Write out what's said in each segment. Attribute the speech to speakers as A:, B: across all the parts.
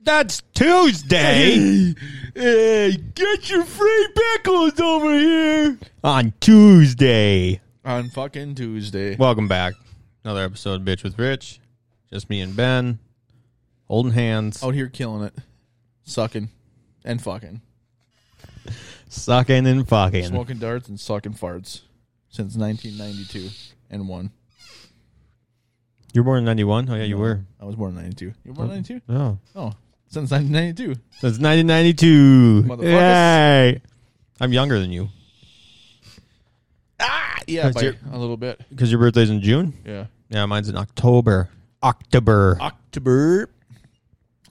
A: That's Tuesday.
B: Hey, hey, get your free pickles over here.
A: on Tuesday.
B: On fucking Tuesday.
A: Welcome back. Another episode of Bitch with Rich. Just me and Ben. Holding hands.
B: Out here killing it. Sucking. And fucking.
A: Sucking and fucking.
B: Smoking darts and sucking farts. Since 1992. And one.
A: You were born in 91? Oh, yeah, you were.
B: I was born in 92. You were born in 92?
A: Oh.
B: Oh. Since 1992.
A: Since 1992.
B: Motherfuckers.
A: Yay. I'm younger than you
B: Ah, yeah,
A: That's
B: by
A: your-
B: a little bit.
A: because your birthday's in June.
B: Yeah.
A: Yeah, mine's in October. October.
B: Uh, October.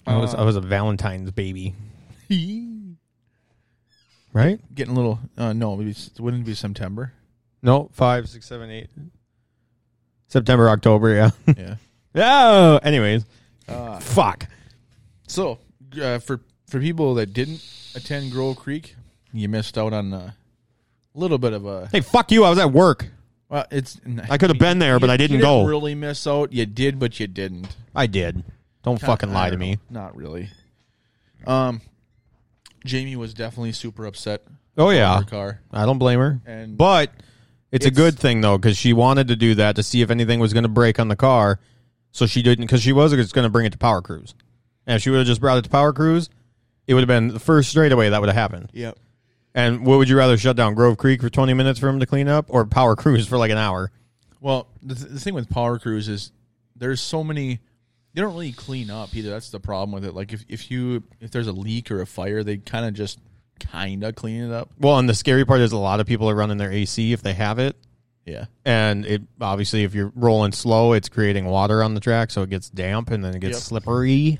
A: I, was, I was a Valentine's baby,
B: Getting
A: right?
B: a little. Uh, no, maybe it wouldn't be September.
A: No, five, six, seven, eight. September, October, yeah.
B: Yeah.
A: oh, anyways. Uh,
B: Ah.
A: Fuck.
B: So, uh, for for people that didn't attend Grove Creek, you missed out on a little bit of a.
A: Hey, fuck you. I was at work.
B: Well, it's
A: I could have been there, but I didn't
B: you
A: go.
B: Really miss out? You did, but you didn't.
A: I did. Don't fucking lie
B: I
A: to
B: don't
A: me.
B: know. Not really. Um, Jamie was definitely super upset.
A: Oh yeah,
B: Her car
A: I don't blame her.
B: and
A: But it's, a
B: It's-
A: good thing though, because she wanted to do that to see if anything was going to break on the car. So she didn't, because she was just going to bring it to Power Cruise. And if she would have just brought it to Power Cruise, it would have been the first straightaway that would have happened.
B: yep.
A: And what would you rather shut down Grove Creek for twenty minutes for him to clean up, or Power Cruise for like an hour?
B: Well, the, th- the thing with Power Cruise is there's so many. They don't really clean up either. That's the problem with it. Like if, if you if there's a leak or a fire, they kind of just kind of clean it up.
A: Well, and the scary part is a lot of people are running their AC if they have it,
B: Yeah.
A: and it obviously if you're rolling slow, it's creating water on the track, so it gets damp and then it gets
B: Yep.
A: slippery.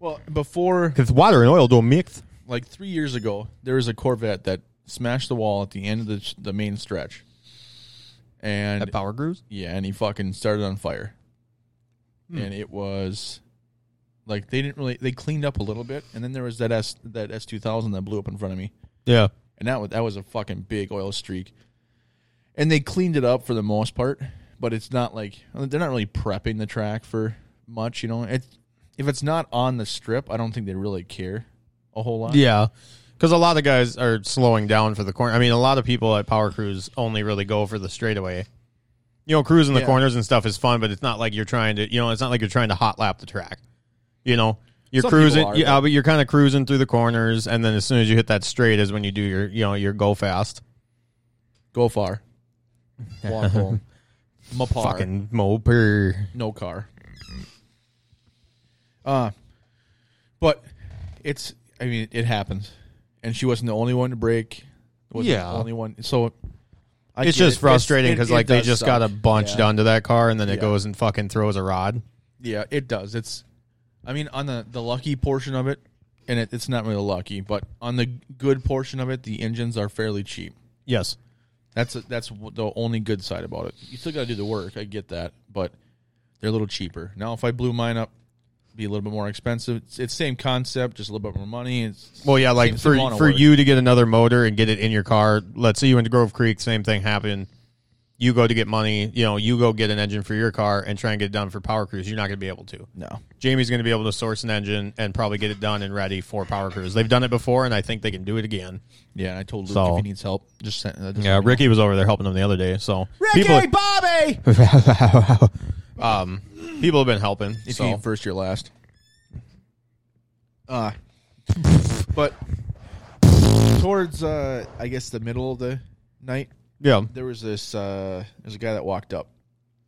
B: Well, before
A: Because water and oil don't mix.
B: like three years ago, there was a Corvette that smashed the wall at the end of the the main stretch, and
A: power cruise?
B: yeah, and he fucking started on fire, and it was like they didn't really they cleaned up a little bit, and then there was that S that S two thousand that blew up in front of me.
A: Yeah.
B: and that was that was a fucking big oil streak. And they cleaned it up for the most part, but it's not like they're not really prepping the track for much. You know, it if it's not on the strip, I don't think they really care a whole lot.
A: Yeah. Because a lot of guys are slowing down for the corner. I mean, a lot of people at power cruise only really go for the straightaway. You know, cruising the
B: Yeah.
A: corners and stuff is fun, but it's not like you're trying to, you know, it's not like you're trying to hot lap the track. You know, you're
B: Some people
A: cruising,
B: are,
A: yeah, but you're kind of cruising through the corners, and then as soon as you hit that straight is when you do your, you know, your go fast.
B: Go far, walk home, Mopar,
A: Fucking moper.
B: no car. Uh, but it's I mean it happens, and she wasn't the only one to break. Wasn't
A: Yeah.
B: the only one. So I
A: It's
B: get
A: just
B: it.
A: frustrating
B: It's-
A: because
B: it-
A: like
B: it
A: they
B: does
A: just got a
B: suck.
A: bunch
B: Yeah.
A: done to that car, and then it
B: Yeah.
A: goes and fucking throws a rod.
B: Yeah, it does. It's, I mean, on the the lucky portion of it, and it, it's not really lucky, but on the good portion of it, the engines are fairly cheap.
A: Yes.
B: That's that's the only good side about it. You still got to do the work. I get that, but they're a little cheaper. Now, if I blew mine up, it'd be a little bit more expensive. It's, it's same concept, just a little bit more money. It's
A: Well, yeah, like
B: Same
A: for
B: Solana
A: for
B: work.
A: you to get another motor and get it in your car. Let's say you went to Grove Creek, same thing happened. You go to get money, you know, you go get an engine for your car and try and get it done for Power Cruise. You're not going to be able to.
B: no,
A: Jamie's going to be able to source an engine and probably get it done and ready for Power Cruise. They've done it before, and I think they can do it again.
B: yeah. and I told Luke
A: So-
B: if he needs help, just send. Uh, just
A: Yeah,
B: let me
A: Ricky was over there helping them the other day. So
B: know. Ricky Bobby.
A: people, um, people have been helping.
B: If
A: so
B: you ain't first, you're last. Uh, but towards uh, I guess the middle of the night,
A: yeah,
B: there was this uh, there's a guy that walked up,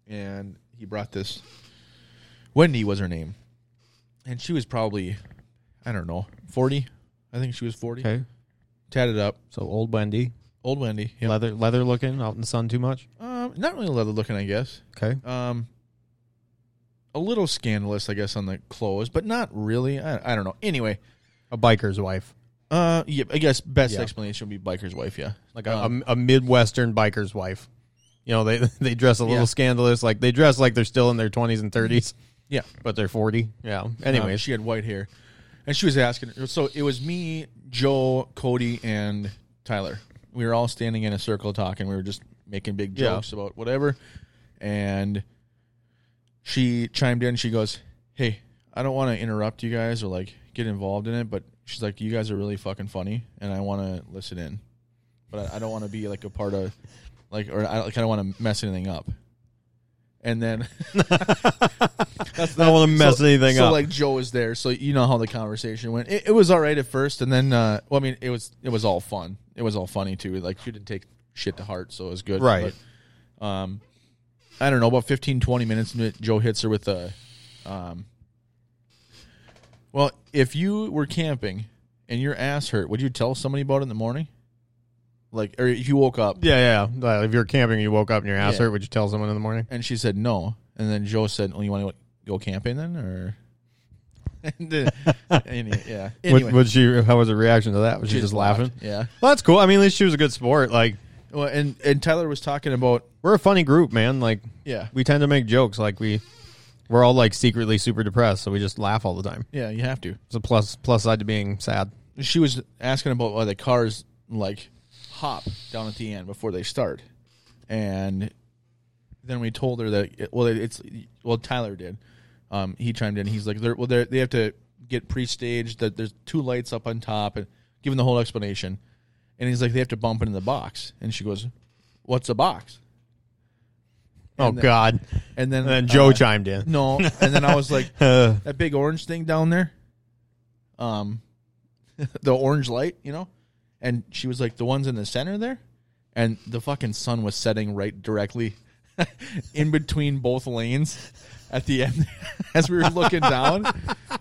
B: and he brought this. Wendy was her name, and she was probably, I don't know, forty. I think she was forty.
A: okay.
B: Tatted up,
A: So old Wendy,
B: old Wendy. yeah.
A: leather leather looking, out in the sun too much.
B: Um, not really leather looking, I guess.
A: Okay,
B: um a little scandalous i guess on the clothes but not really i, I don't know anyway
A: a biker's wife.
B: uh yeah i guess best
A: Yeah. Uh, um,
B: explanation would be biker's wife yeah um,
A: like a, a, a midwestern biker's wife. You know, they they dress a little
B: Yeah.
A: scandalous, like they dress like they're still in their twenties and thirties,
B: yeah
A: but they're forty. Yeah.
B: Um,
A: Anyways,
B: she had white hair and she was asking so it was me joe cody and tyler we were all standing in a circle talking we were just making big
A: Yeah.
B: jokes about whatever and she chimed in she goes hey I don't want to interrupt you guys or like get involved in it, but she's like, you guys are really fucking funny, and I want to listen in, but I, I don't want to be like a part of, like, or I kind of want to mess anything up. And then
A: I don't want to mess
B: so,
A: anything
B: so,
A: up.
B: like Joe was there, so you know how the conversation went. It, it was all right at first, and then uh, well, I mean, it was it was all fun. It was all funny too. Like she didn't take shit to heart, so it was good.
A: Right.
B: But, um, I don't know about 15, 20 minutes. into it, Joe hits her with a, um, well, if you were camping and your ass hurt, would you tell somebody about it in the morning? Like, or if you woke up
A: yeah, yeah. Like, if you're camping and you woke up and your ass
B: Yeah.
A: hurt, would you tell someone in the morning?
B: And she said no. And then Joe said, "Well, you want to go camping then, or?" and then, any- yeah.
A: What-
B: Anyway,
A: what'd she? How was her reaction to that? Was she, just
B: laughed.
A: laughing?
B: Yeah.
A: Well, that's cool. I mean, at least she was a good sport. Like
B: Well, and and Tyler was talking about
A: we're a funny group, man. Like
B: yeah,
A: we tend to make jokes. Like we, we're all like secretly super depressed, so we just laugh all the time.
B: yeah. You have to.
A: It's a plus plus side to being sad.
B: She was asking about why the cars like hop down at the end before they start, and then we told her that well, it's well Tyler did. Um, he chimed in. He's like, they're, well, they're, they have to get pre-staged. That there's two lights up on top, and giving the whole explanation. And he's like, they have to bump into the box. And she goes, "What's a box?"
A: Oh
B: then-
A: God!
B: And then
A: And then Joe
B: uh,
A: chimed in.
B: No, and then I was like,
A: Uh,
B: that big orange thing down there, um, the orange light, you know, and she was like the ones in the center there, and the fucking sun was setting right directly in between both lanes at the end as we were looking down,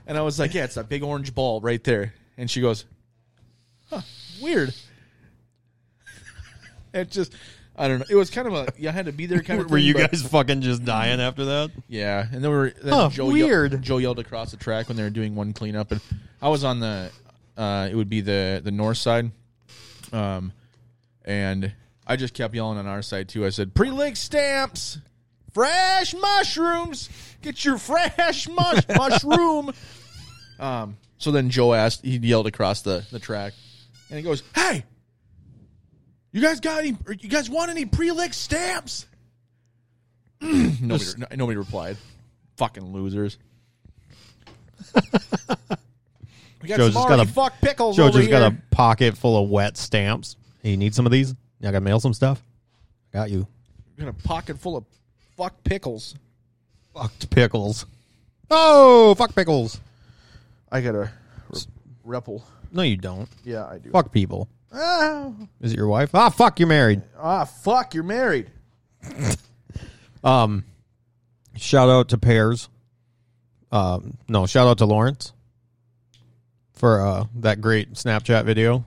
B: and I was like, yeah, it's that big orange ball right there, and she goes, huh, weird. it just, I don't know. It was kind of a you had to be there kind of.
A: were
B: thing,
A: you
B: but-
A: guys fucking just dying after that?
B: yeah, and then we were then
A: Huh,
B: Joe
A: weird.
B: Yelled, Joe yelled across the track when they were doing one cleanup, and I was on the uh, it would be the the north side, um, and I just kept yelling on our side too. I said pre lake stamps, fresh mushrooms, get your fresh mush- mushroom. Um, so then Joe asked, he yelled across the the track, and he goes, "Hey, you guys got any? or You guys want any pre lick stamps?" nobody, no- nobody replied. Fucking losers. we got
A: Joe just
B: some
A: got
B: already
A: a-
B: fucked pickles
A: Joe
B: over
A: just
B: here.
A: got a pocket full of wet stamps. Hey, you need some of these? I got to mail some stuff. Got you.
B: got a pocket full of fuck pickles.
A: Fucked pickles. Oh, fuck pickles.
B: I got a re- repel.
A: No, you don't.
B: Yeah, I do.
A: Fuck people.
B: Ah,
A: Is it your wife? Ah, fuck, you're married.
B: ah, fuck, you're married.
A: Um, shout out to Pears. Um, no, shout out to Lawrence for uh that great Snapchat video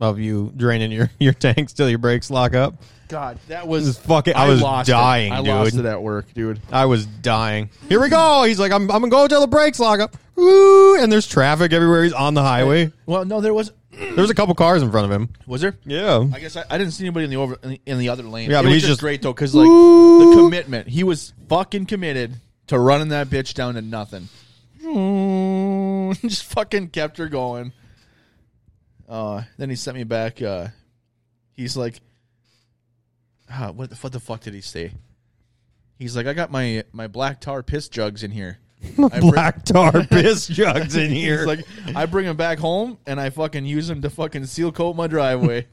A: of you draining your your tanks till your brakes lock up.
B: God, that
A: This is
B: was
A: fucking. I, was
B: lost it.
A: dying,
B: I
A: dude.
B: lost it at work, dude.
A: I was dying. Here we go. He's like, I'm, I'm gonna go till the brakes lock up. Woo! And there's traffic everywhere. He's on the highway.
B: Well, no, there was
A: There's a couple cars in front of him.
B: was there.
A: Yeah.
B: I guess I, I didn't see anybody in the over in the, in the other lane.
A: Yeah,
B: It
A: but
B: was
A: he's just-
B: great though, because like the
A: Woo!
B: commitment, he was fucking committed to running that bitch down to nothing. just fucking kept her going. Uh, then he sent me back. Uh, he's like, ah, what the what the fuck did he say? He's like, I got my my black tar piss jugs in here. I bring-
A: Black tar piss jugs in here.
B: He's like, I bring him back home and I fucking use him to fucking seal coat my driveway.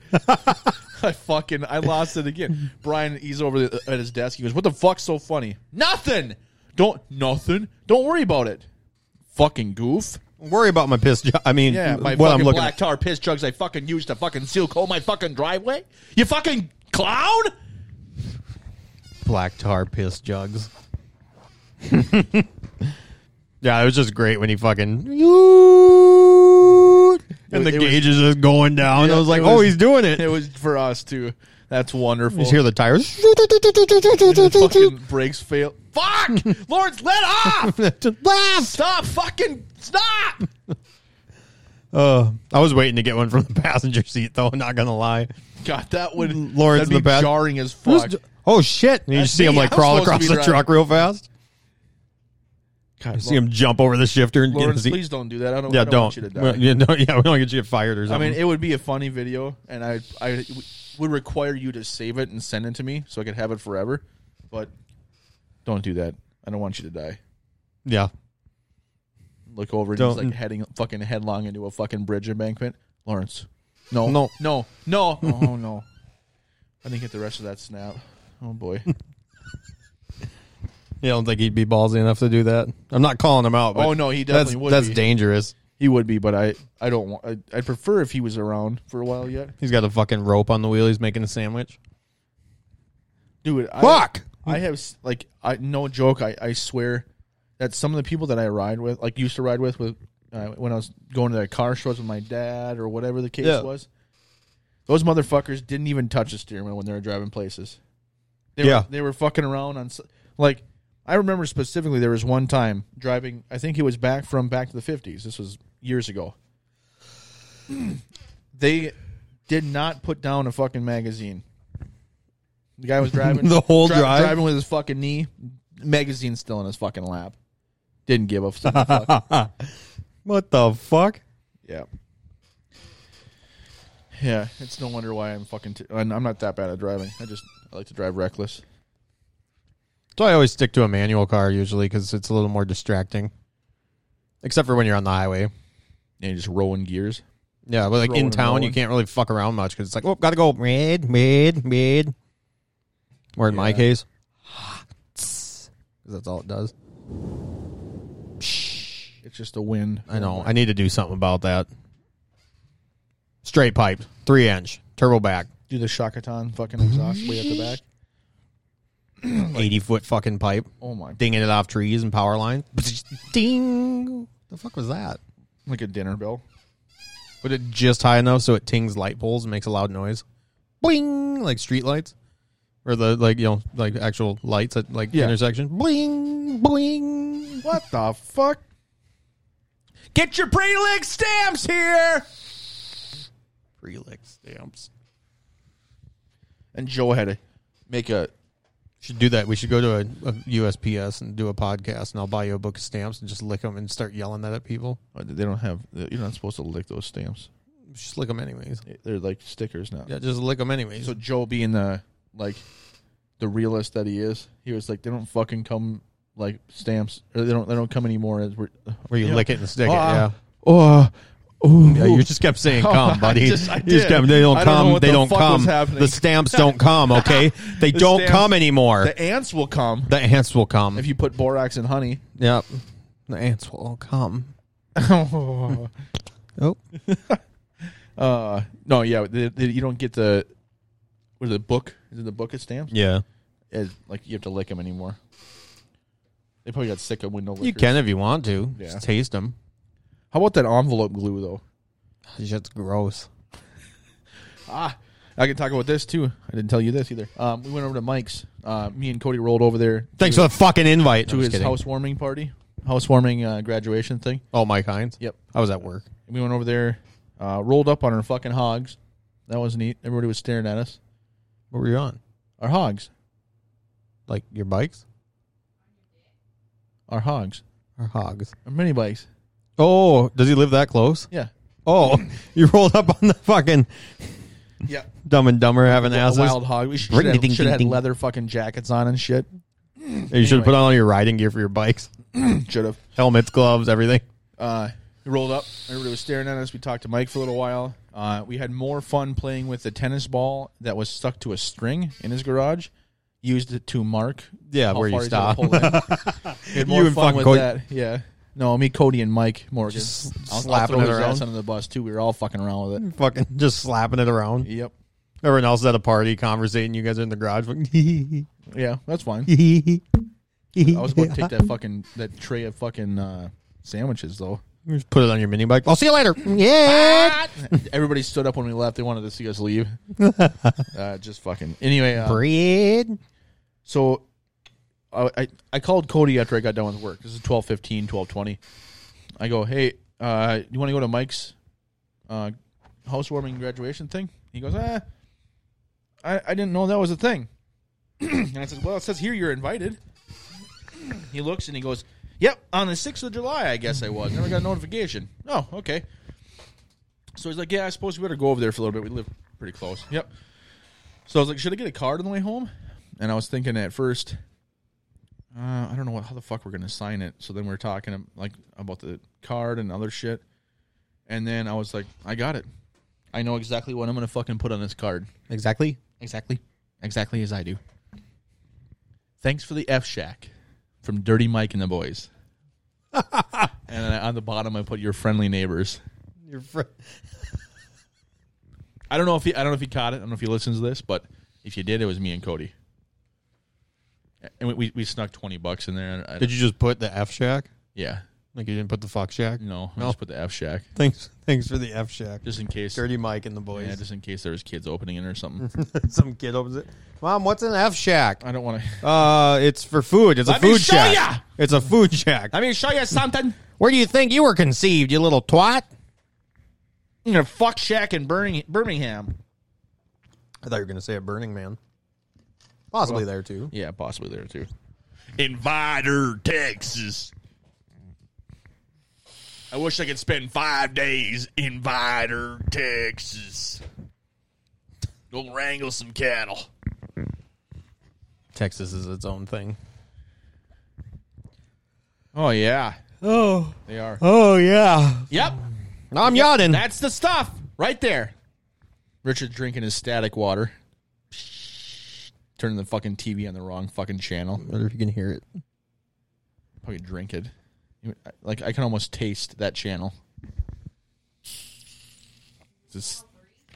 B: I fucking I lost it again. Brian, he's over the, at his desk. He goes, "What the fuck's so funny? Nothing. Don't nothing. Don't worry about it. Fucking goof.
A: worry about my piss. Ju- I mean,
B: Yeah, my
A: what
B: fucking
A: I'm looking
B: black
A: at.
B: tar piss jugs I fucking use to fucking seal coat my fucking driveway. You fucking clown.
A: Black tar piss jugs. yeah, it was just great when he fucking. And the
B: It was-
A: gauge is just going down. I was like,
B: It
A: oh, he's doing it.
B: It was for us too. That's wonderful.
A: You just hear the tires.
B: fucking brakes fail. Fuck, Lawrence, let off.
A: Blast!
B: Stop! Fucking stop!
A: Uh, I was waiting to get one from the passenger seat, though. Not gonna lie.
B: God, that would
A: Mm, Lawrence
B: that'd
A: in the
B: be
A: back.
B: jarring as fuck.
A: Oh shit! And you
B: That's
A: see him
B: me.
A: like
B: I'm
A: crawl
B: supposed to
A: across
B: be
A: the
B: driving.
A: truck real fast.
B: God,
A: You see him jump over the shifter and get in the
B: Lawrence,
A: seat.
B: please don't do that. I don't.
A: Yeah,
B: I
A: don't.
B: don't, Want you to die.
A: Well, yeah, no, yeah, we don't get you fired or
B: I
A: something.
B: mean, it would be a funny video, and I I would require you to save it and send it to me so I could have it forever. But don't do that. I don't want you to die.
A: yeah.
B: look over and he's
A: Don't-
B: like heading fucking headlong into a fucking bridge embankment. Lawrence, no,
A: No.
B: no, no, oh no! I didn't get the rest of that snap. Oh boy.
A: You don't think he'd be ballsy enough to do that? I'm not calling him out. But
B: Oh, no, he
A: that's,
B: definitely would
A: That's
B: be.
A: dangerous.
B: He would be, but I, I don't want. I, I'd prefer if he was around for a while yet,
A: He's got a fucking rope on the wheel. He's making a sandwich.
B: dude. I,
A: Fuck!
B: I have s- like I no joke. I I swear that some of the people that I ride with, like used to ride with, with uh, when I was going to the car shows with my dad or whatever the case
A: Yeah.
B: was, those motherfuckers didn't even touch the steering wheel when they were driving places. They
A: Yeah.
B: were, they were fucking around on s- like. I remember specifically there was one time driving. I think it was back from Back to the Fifties. This was years ago. they did not put down a fucking magazine. The guy was driving
A: The whole
B: dri-
A: drive?
B: driving with his fucking knee, magazine still in his fucking lap. Didn't give a fuck.
A: What the fuck?
B: yeah, yeah. It's no wonder why I'm fucking. T- I'm I'm not that bad at driving. I just I like to drive reckless.
A: So I always stick to a manual car usually because it's a little more distracting. Except for when you're on the highway.
B: And just rolling gears.
A: Yeah, but like
B: Rolling
A: in
B: and
A: town, you
B: rolling.
A: can't really fuck around much because it's like, oh, gotta go red, red, red. Or in my
B: Yeah.
A: case, because that's all it does.
B: It's just a win.
A: I know. I need to do something about that. Straight pipe, three inch, turbo back,
B: Do the Shakaton fucking exhaust way at the back.
A: eighty foot fucking pipe,
B: Oh my!
A: dinging it off trees and power lines. Ding! The fuck was that?
B: Like a dinner bell.
A: Put it just high enough so it tings light poles and makes a loud noise. Bling! Like street lights. Or the like you know, like actual lights at like
B: Yeah.
A: intersection. Bling bling.
B: What the fuck? Get your Prelix stamps here.
A: Prelix stamps.
B: And Joe had to make a
A: Should do that. We should go to a, a USPS and do a podcast, and I'll buy you a book of stamps and just lick them and start yelling that at people.
B: Uh, They don't have. You're not supposed to lick those stamps.
A: Just lick them anyways.
B: They're like stickers now.
A: Yeah, just lick them anyways.
B: So Joe, being the like the realist that he is, he was like, they don't fucking come like stamps, or they don't they don't come anymore. As we're,
A: Where you
B: Yeah.
A: lick it and stick
B: Oh,
A: it. Yeah.
B: Oh, oh,
A: Yeah, you just kept saying
B: Oh,
A: come,
B: I
A: buddy.
B: just- I
A: you just
B: did.
A: kept, they don't
B: I don't know
A: come.
B: what
A: they
B: the
A: don't
B: fuck was
A: come.
B: happening.
A: The stamps don't come, okay? They
B: The
A: don't
B: stamps-
A: come anymore.
B: the ants will come
A: The ants will come.
B: if you put borax and honey.
A: yep. The ants will all come.
B: oh.
A: Oh.
B: Uh, no, yeah, they, they, you don't get the what is it, the book? Is it the book of stamps?
A: Yeah.
B: It's, like you have to lick them anymore. They probably got sick of window lickers.
A: You can if you want to.
B: Yeah.
A: Just taste them.
B: How about that envelope glue though?
A: Shit's gross.
B: Ah, I can talk about this too. I didn't tell you this either. Um, we went over to Mike's. Uh, me and Cody rolled over there
A: Thanks for the fucking invite.
B: to
A: I'm just
B: his
A: kidding.
B: housewarming party, housewarming uh, graduation thing.
A: Oh, Mike Hines?
B: Yep.
A: I was at work.
B: And we went over there, uh, rolled up on our fucking hogs. That was neat. Everybody was staring at us.
A: What were you on?
B: Our hogs.
A: Like your bikes
B: Our hogs.
A: or hogs?
B: Our mini bikes.
A: Oh, does he live that close?
B: Yeah.
A: Oh, you rolled up on the fucking
B: Yeah.
A: Dumb and Dumber having asses.
B: wild hog. We should have
A: Ring-a-ding-ding-ding.
B: had leather fucking jackets on and shit.
A: You should have
B: Anyway.
A: put on all your riding gear for your bikes,
B: Should have.
A: helmets, gloves, everything.
B: Uh, we rolled up. Everybody was staring at us. We talked to Mike for a little while. Uh, we had more fun playing with the tennis ball that was stuck to a string in his garage. Used it to mark
A: Yeah,
B: how
A: where you
B: far he's gonna
A: stop.
B: pull in. we had more
A: and
B: fun
A: fucking
B: with
A: Cody.
B: that. Yeah. No, me, Cody, and Mike Morgan.
A: Just
B: I'll- I'll
A: slapping
B: throw
A: it
B: his
A: around.
B: ass under the bus too. We were all fucking around with it.
A: Fucking just slapping it around.
B: Yep.
A: Everyone else is at a party, conversating. You guys are in the garage. fucking
B: Yeah, that's fine. I was about to take
A: Just
B: that fucking that tray of fucking uh, sandwiches though.
A: put it on your mini bike. I'll see you later. Yeah.
B: Everybody stood up when we left. They wanted to see us leave. uh, just fucking. Anyway, uh,
A: Bread.
B: So I, I I called Cody after I got done with work. This is 12:15, 12:20. I go, "Hey, uh, you want to go to Mike's uh, housewarming graduation thing?" He goes, "Ah, I, I didn't know that was a thing." and I said, "Well, it says here you're invited." he looks and he goes, "Yep, on the 6th of July, I guess I was. Never got a notification." Oh, okay. So he's like, "Yeah, I suppose we better go over there for a little bit. We live pretty close." Yep. So I was like, should I get a card on the way home? And I was thinking at first, uh, I don't know what, how the fuck we're gonna sign it. So then we are talking um, like about the card and other shit, and then I was like, I got it. I know exactly what I'm gonna fucking put on this card.
A: Exactly.
B: Exactly, exactly as I do. Thanks for the F Shack from Dirty Mike and the Boys. and then on the bottom, I put your friendly neighbors.
A: Your friend.
B: I don't know if he, I don't know if he caught it. I don't know if he listens to this, but if you did, it was me and Cody. And we, we, we snuck twenty bucks in there. I, I,
A: Did you just put the F shack?
B: yeah,
A: Like you didn't put the fuck shack?
B: no, I
A: No.
B: just put the F Shack
A: Thanks. Thanks for the F shack.
B: just in case.
A: Dirty Mike and the boys.
B: Yeah, just in case there was kids opening it or something.
A: Some kid opens it. Mom, what's an F shack?
B: I don't want to.
A: Uh, it's for food. It's
B: Let
A: a
B: me
A: food
B: show
A: shack.
B: ya!
A: It's a food shack.
B: Let me show you something.
A: Where do you think you were conceived, you little twat?
B: You know, fuck Shack in Burning, Birmingham.
A: I thought you were going to say a Burning Man. Possibly there too.
B: Yeah, possibly there too. Invider, Texas. I wish I could spend five days in Vider, Texas. Go wrangle some cattle.
A: Texas is its own thing.
B: Oh yeah,
A: Oh,
B: they are.
A: oh yeah.
B: Yep,
A: I'm yawning.
B: that's the stuff right there. Richard drinking his static water. Turning the fucking TV on the wrong fucking channel.
A: wonder if you can hear it.
B: Probably drink it. Like I can almost taste that channel. Just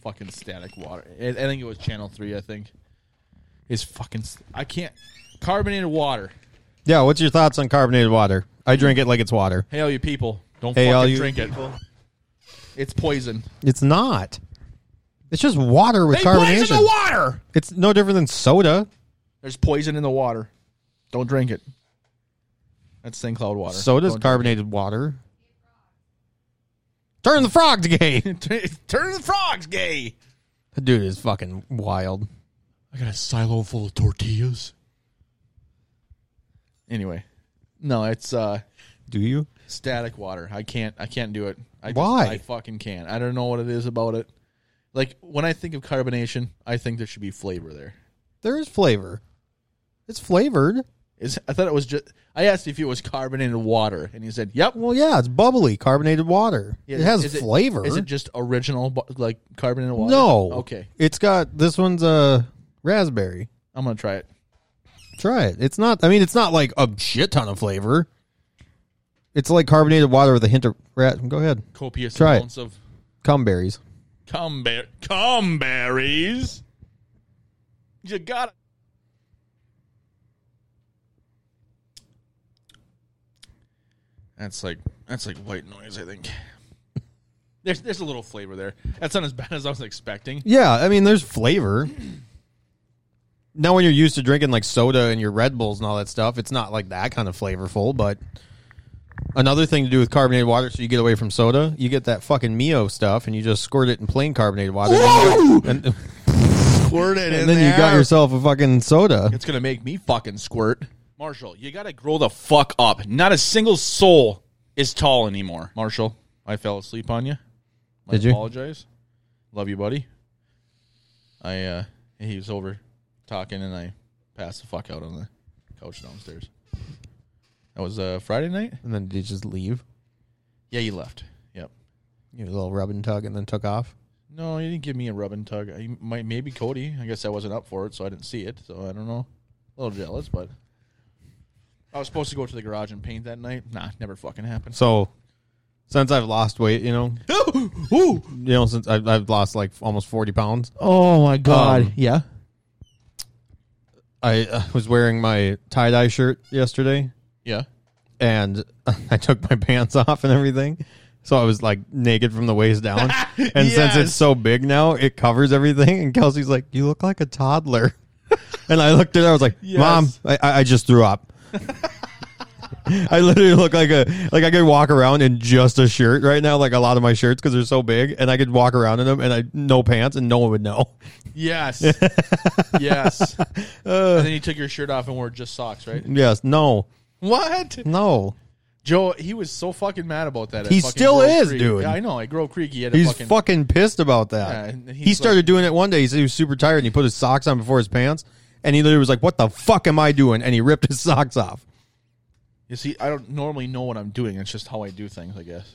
B: fucking static water. I I think it was channel three. I think is fucking. st- I can't carbonated water.
A: Yeah, what's your thoughts on carbonated water? I drink it like it's water.
B: Hey, all you people, don't
A: Hey,
B: fucking
A: all you
B: drink it. It's poison.
A: It's not. It's just water with
B: They
A: carbonation.
B: poison the water.
A: it's no different than soda.
B: There's poison in the water. Don't drink it. That's St. Cloud water.
A: Soda's
B: Don't
A: carbonated water. Turn the frogs gay.
B: drink it. Turn the frogs gay.
A: That dude is fucking wild.
B: I got a silo full of tortillas. Anyway, no, it's uh,
A: Do you?
B: static water. I can't. I can't do it. I just-
A: Why?
B: I fucking can't. I don't know what it is about it. Like when I think of carbonation, I think there should be flavor there.
A: There is flavor. It's flavored.
B: Is I thought it was just. I asked if it was carbonated water, and he said, "Yep."
A: Well, yeah, it's bubbly carbonated water.
B: Yeah,
A: it has
B: is
A: flavor.
B: Is it just original bu- like carbonated water?
A: no.
B: Okay,
A: It's got this one's a raspberry.
B: I'm gonna try it.
A: Try it. It's not. I mean, it's not like a shit ton of flavor. It's like carbonated water with a hint of rat. Go ahead.
B: Copious
A: Try it.
B: amounts of
A: Cum berries.
B: cumber cumberries. You got it. That's like that's like white noise. I think there's there's a little flavor there. That's not as bad as I was expecting.
A: Yeah, I mean, there's flavor. Now, when you're used to drinking like soda and your Red Bulls and all that stuff, it's not like that kind of flavorful. But another thing to do with carbonated water, so you get away from soda, you get that fucking Mio stuff, and you just squirt it in plain carbonated water, and, then you got- and-
B: Squirt it,
A: and then you got yourself a fucking soda.
B: It's gonna make me fucking squirt. Marshall, you gotta grow the fuck up. Not a single soul is tall anymore. Marshall, I fell asleep on you. I
A: Did you?
B: apologize. Love you, buddy. I uh he was over talking and I passed the fuck out on the couch downstairs. That was uh Friday night?
A: And then did you just leave?
B: Yeah, you left. Yep.
A: You know, a little rub and tug, and then took off.
B: No, you didn't give me a rub and tug. I might maybe Cody. I guess I wasn't up for it, so I didn't see it. So I don't know. A little jealous, but I was supposed to go to the garage and paint that night. Nah, never fucking happened.
A: So, since I've lost weight, you know,
B: Ooh.
A: you know, since I've, I've lost like almost forty pounds,
B: Oh my
A: God.
B: yeah.
A: I uh, was wearing my tie dye shirt yesterday.
B: Yeah.
A: and I took my pants off and everything. So I was like naked from the waist down. And since
B: Yes.
A: it's so big now, it covers everything. And Kelsey's like, You look like a toddler. And I looked at her, I was like,
B: Yes.
A: Mom, I, I I just threw up. I literally look like a like I could walk around in just a shirt right now, like a lot of my shirts because they're so big, and I could walk around in them and I no pants and no one would know.
B: Yes. yes.
A: Uh.
B: and then you took your shirt off and wore just socks, right?
A: Yes, no,
B: What?
A: no,
B: Joe, he was so fucking mad about that. at
A: He
B: fucking
A: still
B: Grove
A: is,
B: Creek.
A: dude.
B: Yeah, I know. At Grove Creek, he had a
A: He's
B: fucking.
A: fucking, pissed about that.
B: Yeah, and he's
A: he started doing it one day. He said he was super tired and he put his socks on before his pants. And he literally was like, "What the fuck am I doing?" And he ripped his socks off.
B: You see, I don't normally know what I'm doing. It's just how I do things, I guess.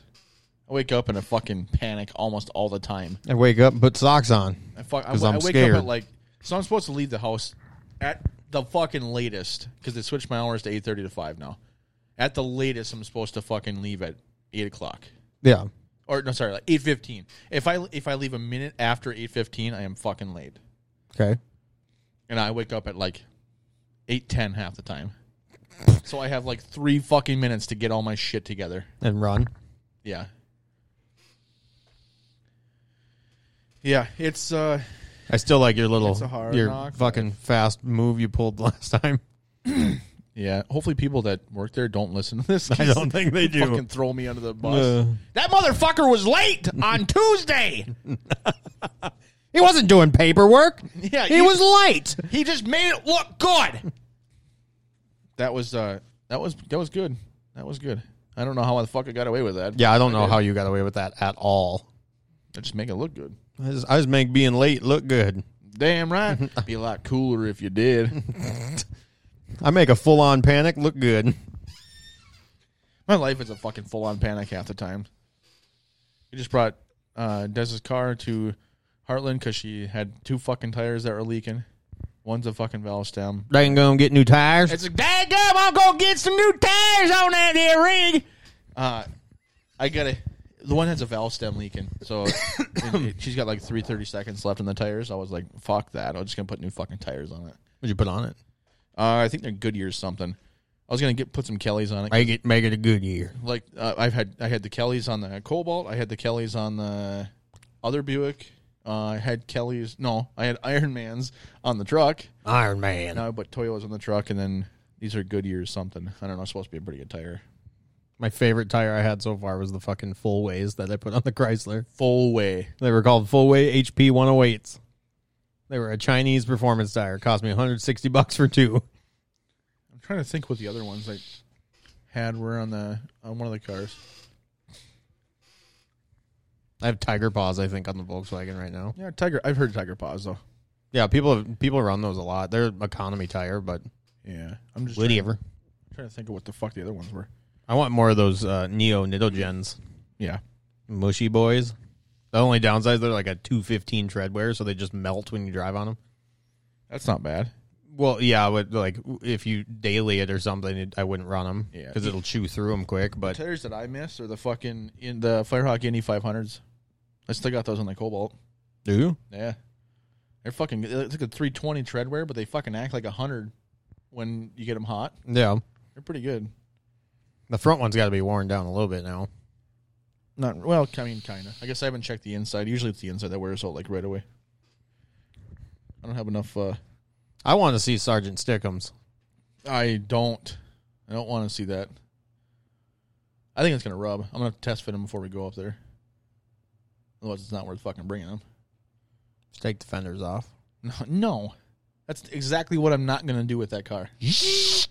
B: I wake up in a fucking panic almost all the time.
A: I wake up and put socks on.
B: I fuck. I,
A: 'Cause
B: wa-
A: I'm
B: I wake
A: scared.
B: up at like so. I'm supposed to leave the house at the fucking latest because they switched my hours to eight thirty to five now. At the latest, I'm supposed to fucking leave at eight o'clock.
A: Yeah.
B: Or no, sorry, like eight fifteen. If I if I leave a minute after eight fifteen, I am fucking late,
A: Okay.
B: and I wake up at like eight ten half the time. So I have like three fucking minutes to get all my shit together.
A: And run.
B: Yeah. Yeah, it's uh
A: I still like your little
B: It's a hard
A: your
B: knock
A: fucking fast move you pulled last time.
B: Yeah. Hopefully, people that work there don't listen to this.
A: I don't think they do.
B: Fucking throw me under the bus.
A: Uh.
B: That motherfucker was late on Tuesday.
A: He wasn't doing paperwork.
B: Yeah,
A: he
B: you-
A: was late.
B: He just made it look good. That was uh, that was that was good. That was good. I don't know how the fuck I got away with that.
A: Yeah, I don't know how you got away with that at all.
B: I just make it look good.
A: I just, I just make being late look good.
B: Damn right. Be a lot cooler if you did.
A: I make a full on panic look good.
B: My life is a fucking full on panic half the time. We just brought uh, Des's car to Heartland because she had two fucking tires that were leaking. One's a fucking valve stem.
A: They ain't gonna get new tires.
B: It's a dad gum. I'm gonna get some new tires on that here rig. Uh, I gotta. The one that's a valve stem leaking, so it- it- she's got like three thirty seconds left in the tires. I was like, "Fuck that! I'm just gonna put new fucking tires on it."
A: What'd you put on it?
B: Uh, I think they're Goodyear something. I was gonna get put some Kellys on it.
A: Make it make it a good year.
B: like uh, I've had I had the Kellys on the Cobalt, I had the Kellys on the other Buick, uh, I had Kellys no, I had Iron Mans on the truck.
A: Iron Man.
B: Now I put Toyotas on the truck, and then these are Goodyears something. I don't know. It's supposed to be a pretty good tire.
A: My favorite tire I had so far was the fucking full ways that I put on the Chrysler.
B: Full way.
A: They were called full way HP 108s. They were a Chinese performance tire. Cost me 160 bucks for two.
B: I'm trying to think what the other ones I had were on the on one of the cars.
A: I have Tiger Paws, I think, on the Volkswagen right now.
B: Yeah, Tiger. I've heard Tiger Paws though.
A: Yeah, people have, people run those a lot. They're economy tire, but
B: Yeah, I'm just trying,
A: whatever.
B: trying to think of what the fuck the other ones were.
A: I want more of those uh, Neo Nidogens,
B: Yeah,
A: mushy boys. The only downside is they're like a 215 tread wear, so they just melt when you drive on them.
B: that's not bad.
A: Well, yeah, but like if you daily it or something, it, I wouldn't run them
B: Yeah.
A: because it'll chew through them quick. But
B: tires that I miss are the fucking in the Firehawk Indy 500s. I still got those on the Cobalt.
A: do you?
B: Yeah, they're fucking. It's like a 320 treadwear, but they fucking act like a hundred when you get them hot.
A: Yeah,
B: They're pretty good.
A: the front one's got to be worn down a little bit now.
B: Not well. I mean, kind of. I guess I haven't checked the inside. Usually, it's the inside that wears out like right away. I don't have enough. uh
A: I want to see Sergeant Stickums.
B: I don't. I don't want to see that. I think it's gonna rub. I'm gonna test fit them before we go up there. Otherwise, it's not worth fucking bringing them.
A: Just take the fenders off.
B: No, no. That's exactly what I'm not going to do with that car. it,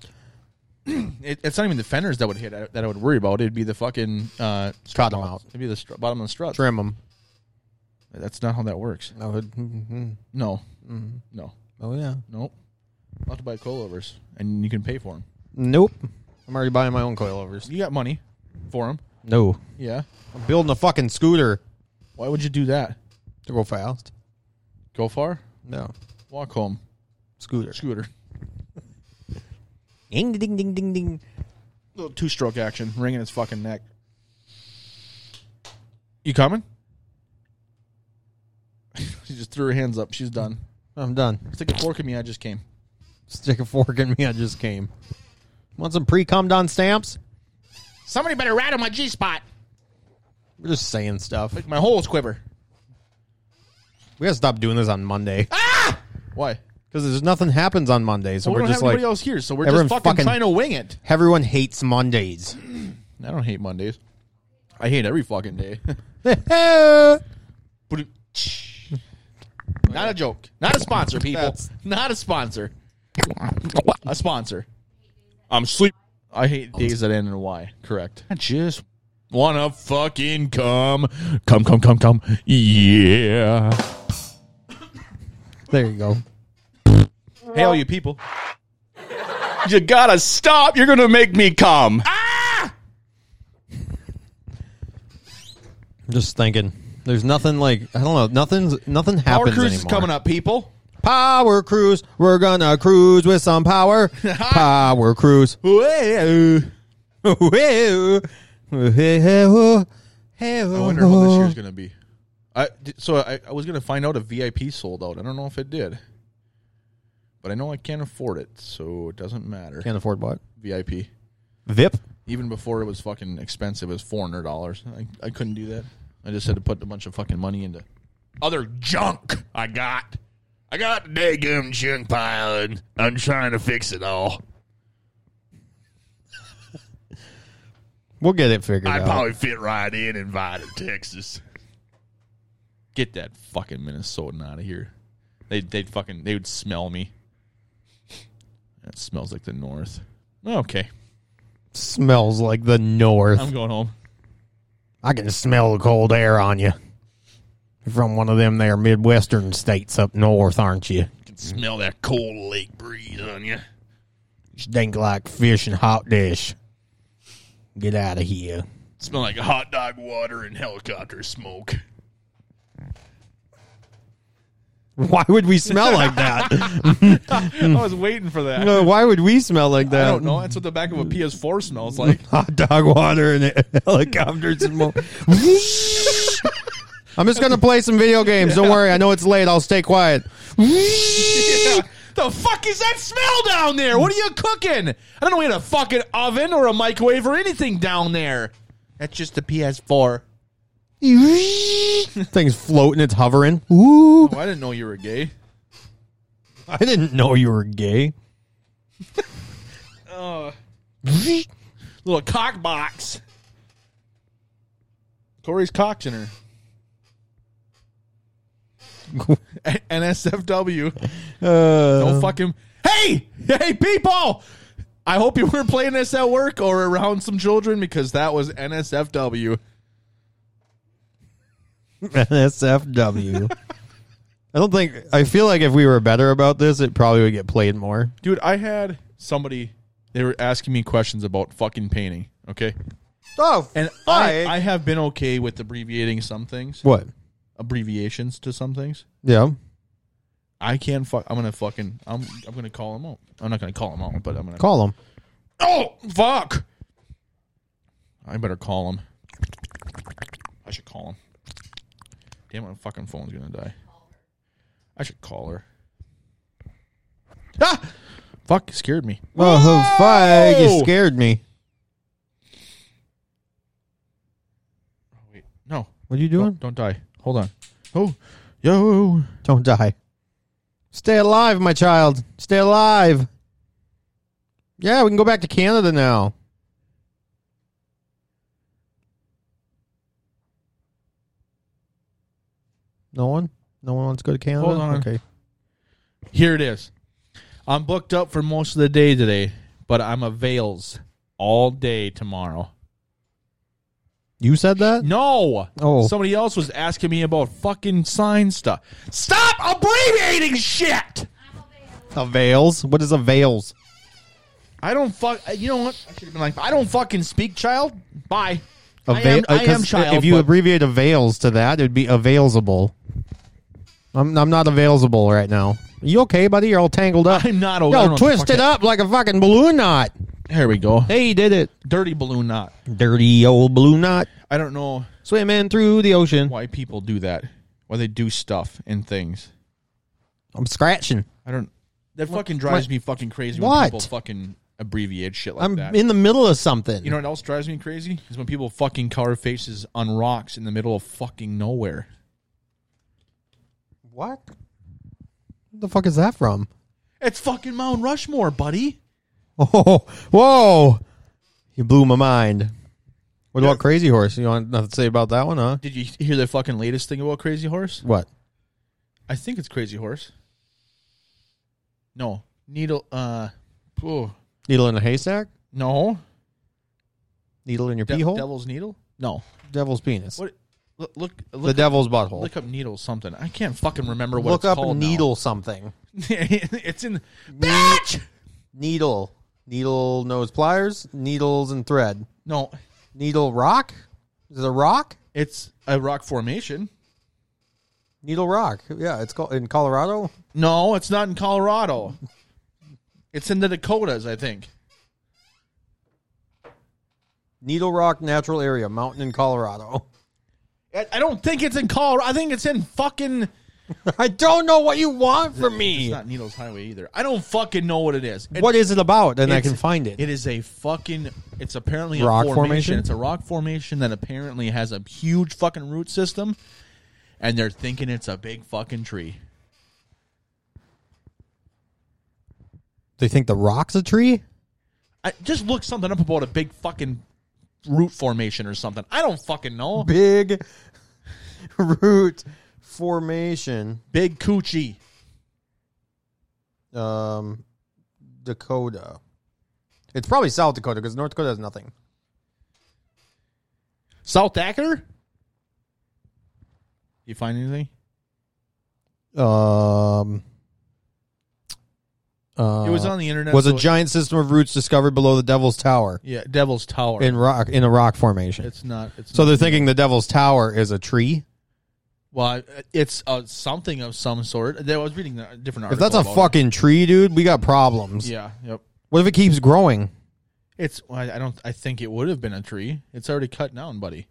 B: it's not even the fenders that would hit I- that I would worry about. It'd be the fucking uh,
A: Cut them out.
B: it'd be the str- bottom of the strut.
A: Trim them.
B: That's not how that works.
A: I would.
B: mm-hmm.
A: mhm.
B: No, no,
A: Oh yeah.
B: nope. I'll have to buy coilovers, and you can pay for them.
A: Nope. I'm already buying my own coilovers.
B: You got money for them?
A: No.
B: Yeah.
A: I'm building a fucking scooter
B: Why would you do that?
A: to go fast.
B: Go far,
A: No.
B: walk home,
A: Scooter.
B: scooter.
A: Ding ding ding ding ding.
B: Little two-stroke action, wringing his fucking neck. You coming? she just threw her hands up. She's done.
A: I'm done.
B: Stick a fork in me. I just came.
A: Stick a fork in me. I just came. Want some pre cum don stamps?
B: Somebody better rat on my G spot.
A: We're just saying stuff.
B: My holes quiver.
A: We gotta stop doing this on Monday
B: Why?
A: because there's nothing happens on Monday. So
B: Ah! Well, we
A: we're
B: don't
A: just
B: have
A: like
B: anybody else here, so we're
A: everyone's
B: just fucking,
A: fucking-
B: trying to wing it.
A: everyone hates Mondays.
B: I don't hate Mondays. I hate every fucking day.
A: That's
B: Not a joke. Not a sponsor, people.
A: That's-
B: Not a sponsor. A sponsor. I'm sleep. I hate days that end in Y. Correct. Oh, I just wanna fucking come, come, come, come, come. Yeah.
A: there you go.
B: Hey, all you people.
C: You gotta stop. You're gonna make me come.
A: Just thinking. There's nothing like I don't know. Nothing's nothing
B: Our
A: happens
B: cruise is
A: anymore.
B: coming up, people.
A: Power cruise. We're gonna cruise with some power. power cruise.
B: I
A: I
B: wonder
A: wonder
B: how this year's going to be. I, d- so I, I was going to find out if VIP sold out. I don't know if it did. But I know I can't afford it, so it doesn't matter.
A: Can't afford what?
B: VIP.
A: VIP.
B: Even before it was fucking expensive, it was $400. I, I couldn't do that. I just had to put a bunch of fucking money into
C: Other junk I got. I got daggum junk piling. I'm trying to fix it all.
A: We'll get it figured
C: I
A: out.
C: probably fit right in in Vida, Texas.
B: get that fucking Minnesotan out of here. They'd they'd fucking they would smell me. That smells like the North. Okay,
A: Smells like the north.
B: I'm going home.
A: I can smell the cold air on you. You're from one of them there Midwestern states up north, aren't you?
C: You can smell that cold lake breeze on you.
A: Stink like fish and hot dish. Get out of here.
C: Smell like hot dog water and helicopter smoke.
A: Why would we smell like that?
B: I was waiting for that.
A: No, Why would we smell like
B: I
A: that?
B: don't know. That's what the back of a PS4 smells like.
A: Hot dog water and helicopters and more. I'm just gonna play some video games. Don't worry, I know it's late. I'll stay quiet.
B: The fuck is that smell down there? What are you cooking? I don't know. We had a fucking oven or a microwave or anything down there. That's just the PS4.
A: Thing's floating. It's hovering. Ooh!
B: Oh, I didn't know you were gay.
A: I didn't know you were gay. Oh.
B: Little cock box. Corey's cocks in her. A- NSFW. Don't
A: Uh,
B: fuck him. Hey! Hey, people! I hope you weren't playing this at work or around some children because that was NSFW.
A: NSFW. I don't think. I feel like if we were better about this, it probably would get played more.
B: Dude, I had somebody, they were asking me questions about fucking painting, okay?
A: Oh,
B: And I, I have been okay with abbreviating some things,
A: what?
B: abbreviations to some things.
A: Yeah.
B: I can't fuck. I'm gonna fucking. I'm. I'm gonna call him out. I'm not gonna call him out, but I'm gonna.
A: Call him.
B: Oh fuck! I better call him. I should call him. Damn, my fucking phone's gonna die. I should call her. Ah! Fuck! Scared me.
A: Oh, fuck! You
B: Whoa!
A: scared me.
B: Oh, Wait, no.
A: What are you doing?
B: Don't, don't die. Hold on. Oh, yo.
A: Don't die. Stay alive, my child. Stay alive. Yeah, we can go back to Canada now. No one? No one wants to go to Canada?
B: Hold on.
A: Okay.
B: Here it is. I'm booked up for most of the day today, but I'm avails all day tomorrow.
A: You said that?
B: No.
A: Oh.
B: Somebody else was asking me about fucking sign stuff. Stop abbreviating shit.
A: Avails? What is avails?
B: I don't fuck. uh, You know what? I should have been like, I don't fucking speak, child. Bye. I
A: Avail-
B: am, I am
A: uh, 'cause
B: child.
A: If you
B: but-
A: abbreviate avails to that, it would be availsable. I'm, I'm not availsable right now. You okay, buddy? You're all tangled up.
B: I'm not. I don't
A: Yo,
B: know what the
A: twist
B: fuck
A: it up like a fucking balloon knot.
B: that- Here we go.
A: Hey, he did it.
B: Dirty balloon knot.
A: Dirty old balloon knot.
B: I don't know
A: Swimming through the ocean.
B: why people do that. Why they do stuff and things.
A: I'm scratching.
B: I don't. That fucking drives me fucking crazy when
A: What?
B: people fucking abbreviate shit like
A: I'm
B: that.
A: in the middle of something.
B: You know what else drives me crazy? Is when people fucking carve faces on rocks in the middle of fucking nowhere.
A: what? the fuck is that from?
B: It's fucking Mount Rushmore, buddy.
A: Oh, whoa. You blew my mind. What about Crazy Horse? You want nothing to say about that one, huh?
B: Did you hear the fucking latest thing about Crazy Horse?
A: What?
B: I think it's Crazy Horse. No. Needle uh oh,
A: Needle in a haystack?
B: no.
A: Needle in your
B: De-
A: pee hole?
B: Devil's Needle? No.
A: Devil's penis.
B: What Look, look,
A: the
B: look, up,
A: devil's butthole.
B: look up needle something. I can't fucking remember what
A: Look
B: it's
A: up
B: called now.
A: needle something.
B: it's in. Bitch.
A: Needle. Needle nose pliers, needles and thread.
B: No,
A: Needle rock? Is it a rock?
B: it's a rock formation.
A: Needle rock. Yeah, it's called in Colorado.
B: No, it's not in Colorado. it's in the Dakotas, I think.
A: Needle Rock Natural Area, mountain in Colorado.
B: I, I don't think it's in Colorado. I think it's in fucking.
A: I don't know what you want from
B: It's
A: me.
B: not Needles Highway either. I don't fucking know what it is. It-
A: What is it about? And I
B: it's-
A: can find it.
B: It is a fucking. It's apparently a
A: Rock
B: formation.
A: formation?
B: It's a rock formation that apparently has a huge fucking root system, and they're thinking it's a big fucking tree.
A: They think the rock's a tree?
B: I just look something up about a big fucking root formation or something. I don't fucking know.
A: Big root formation.
B: Big coochie.
A: Um Dakota. It's probably South Dakota because North Dakota has nothing.
B: South Acker? You find anything?
A: Um uh,
B: it was on the internet.
A: was a
B: so-
A: giant system of roots discovered below the Devil's Tower
B: yeah, Devil's Tower.
A: in rock in a rock formation.
B: it's not. It's
A: So
B: not,
A: they're thinking the Devil's Tower is a tree.
B: well, it's uh, something of some sort. I was reading a different
A: If
B: article.
A: that's a
B: about it.
A: fucking tree, dude, we got problems.
B: Yeah. Yep.
A: What if it keeps growing?
B: It's. well, I I don't. I think it would have been a tree. It's already cut down, buddy.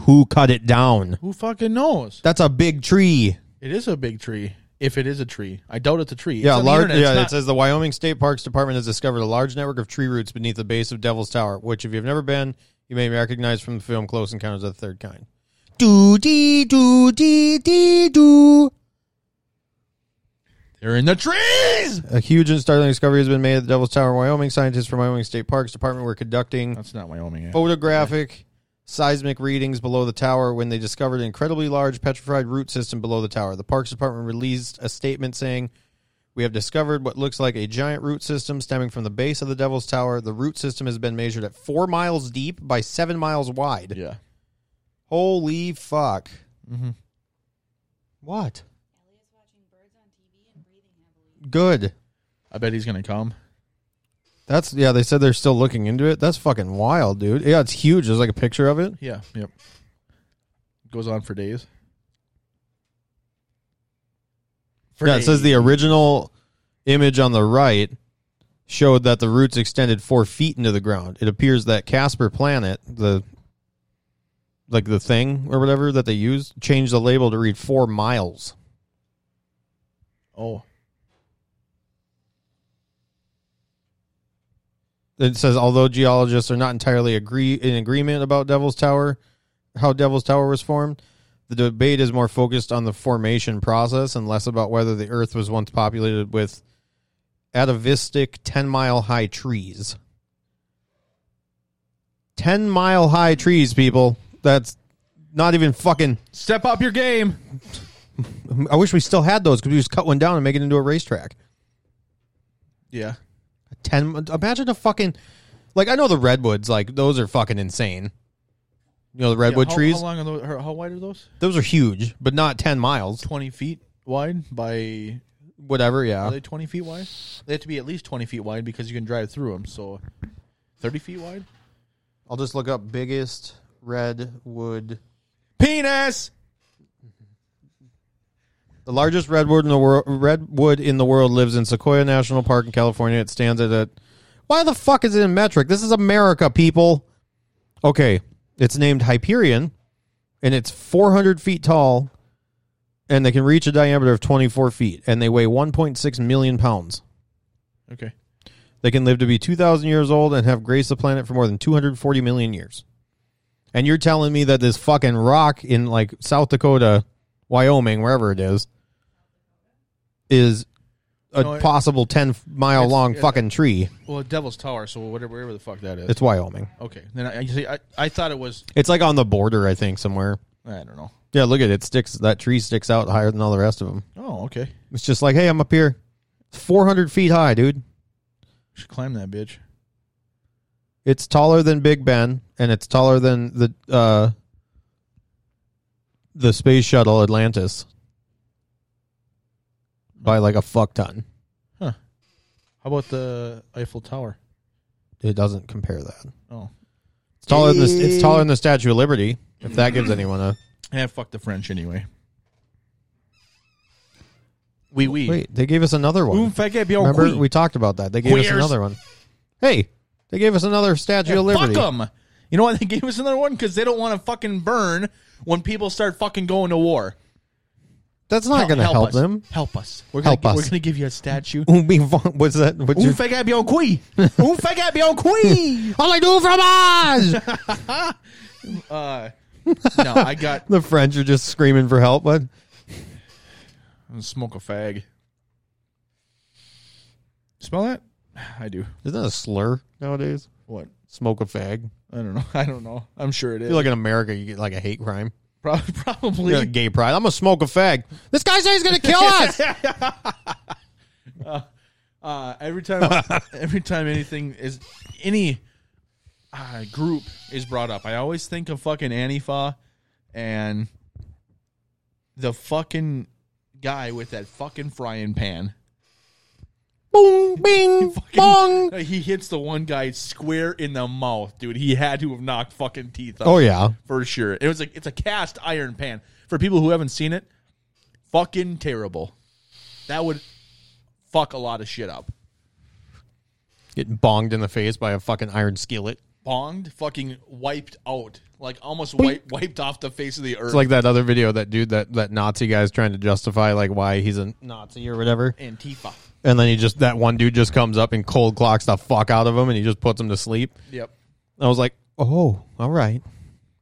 A: Who cut it down?
B: Who fucking knows?
A: That's a big tree.
B: It is a big tree. If it is a tree, I doubt it's a tree. It's
A: Yeah,
B: on the
A: large.
B: internet. It's
A: Yeah,
B: not-
A: it says the Wyoming State Parks Department has discovered a large network of tree roots beneath the base of Devil's Tower, which, if you've never been, you may recognize from the film Close Encounters of the Third Kind. Do dee do dee dee do.
B: they're in the trees.
A: A huge and startling discovery has been made at the Devil's Tower, Wyoming. Scientists from Wyoming State Parks Department were conducting
B: That's not Wyoming. eh?
A: photographic seismic readings below the tower when they discovered an incredibly large petrified root system below the tower. The Parks Department released a statement saying, We have discovered what looks like a giant root system stemming from the base of the Devil's Tower. The root system has been measured at four miles deep by seven miles wide.
B: Yeah.
A: Holy fuck.
B: Mm-hmm.
A: What?
D: Elliot's watching birds on TV and breathing heavily.
A: Good.
B: I bet he's gonna come.
A: That's, yeah, they said they're still looking into it. That's fucking wild, dude. Yeah, it's huge. There's like a picture of it.
B: Yeah. Yep. Goes on for days. For
A: yeah, it says
B: days.
A: the original image on the right showed that the roots extended four feet into the ground. It appears that Casper Planet, the like the thing or whatever that they used, changed the label to read four miles.
B: Oh,
A: It says although geologists are not entirely agree in agreement about Devil's Tower, how Devil's Tower was formed, the debate is more focused on the formation process and less about whether the Earth was once populated with atavistic ten mile high trees. Ten mile high trees, people. That's not even fucking.
B: step up your game.
A: I wish we still had those because we just cut one down and make it into a racetrack.
B: Yeah.
A: ten. Imagine a fucking like I know the redwoods like those are fucking insane. You know the redwood
B: Yeah, how,
A: trees;
B: How long are those? How wide are those?
A: those are huge, but not ten miles.
B: Twenty feet wide by.
A: Whatever, yeah.
B: Are they twenty feet wide? They have to be at least twenty feet wide because you can drive through them. So, thirty feet wide.
A: I'll just look up biggest redwood.
B: Penis.
A: The largest redwood in the world. Redwood in the world lives in Sequoia National Park in California. It stands at a. Why the fuck is it in metric? This is America, people. Okay, it's named Hyperion, and it's 400 feet tall, and they can reach a diameter of 24 feet, and they weigh 1.6 million pounds.
B: Okay.
A: They can live to be 2,000 years old and have graced the planet for more than 240 million years. And you're telling me that this fucking rock in like South Dakota, Wyoming, wherever it is, is a
B: No, it-
A: possible 10 mile
B: It's-
A: long
B: yeah.
A: fucking tree.
B: Well, Devil's Tower. So whatever, wherever the fuck that is.
A: It's Wyoming.
B: okay. Then I, you see, I, I thought it was.
A: It's like on the border, I think, somewhere.
B: I don't know.
A: Yeah, look at it. it sticks that tree sticks out higher than all the rest of them.
B: Oh, okay.
A: It's just like, hey, I'm up here, 400 feet high, dude.
B: Should climb that bitch.
A: It's taller than Big Ben, and it's taller than the uh, the space shuttle Atlantis by like a fuck ton.
B: How about the Eiffel Tower?
A: It doesn't compare that.
B: Oh,
A: It's taller than the, it's taller than the Statue of Liberty. If that gives anyone a
B: yeah. Eh, Fuck the French anyway. We oui, oui.
A: wait, they gave us another
B: Un
A: one.
B: faggot bien
A: Remember
B: cuit.
A: we talked about that. They gave us
B: Queers.
A: another one. Hey, they gave us another Statue
B: Yeah,
A: of Liberty.
B: Fuck them. You know why they gave us another one? Because they don't want to fucking burn when people start fucking going to war.
A: That's not going to help,
B: us.
A: them.
B: Help us. We're
A: Help
B: gonna, gi-
A: us.
B: We're going to give you a statue.
A: What's that? What's
B: Un
A: your,
B: faggot bien cuit. Un faggot bien cuit.
A: all I do from us.
B: Uh, no, I got
A: the French are just screaming for help, but
B: smoke a fag. Smell that? I do.
A: isn't that a slur nowadays?
B: What?
A: Smoke a fag.
B: I don't know. I don't know. I'm sure it
A: I
B: is.
A: feel like in America, you get like a hate crime.
B: Prob-
A: You
B: probably.
A: got a gay pride. I'm gonna smoke a fag. This guy says he's gonna kill us.
B: Uh, every time, every time anything is any uh, group is brought up, I always think of fucking Antifa and the fucking guy with that fucking frying pan.
A: Boom, bing, bong.
B: Uh, He hits the one guy square in the mouth, dude. He had to have knocked fucking teeth out
A: Oh yeah,
B: for sure. It was like it's a cast iron pan. For people who haven't seen it, fucking terrible. That would fuck a lot of shit up.
A: getting bonged in the face by a fucking iron skillet.
B: bonged, fucking wiped out, like almost wiped, wiped off the face of the earth.
A: It's like that other video that dude that that Nazi guy's trying to justify like why he's a Nazi or whatever,
B: Antifa.
A: and then he just that one dude just comes up and cold clocks the fuck out of him, and he just puts him to sleep.
B: Yep.
A: I was like, oh, all right.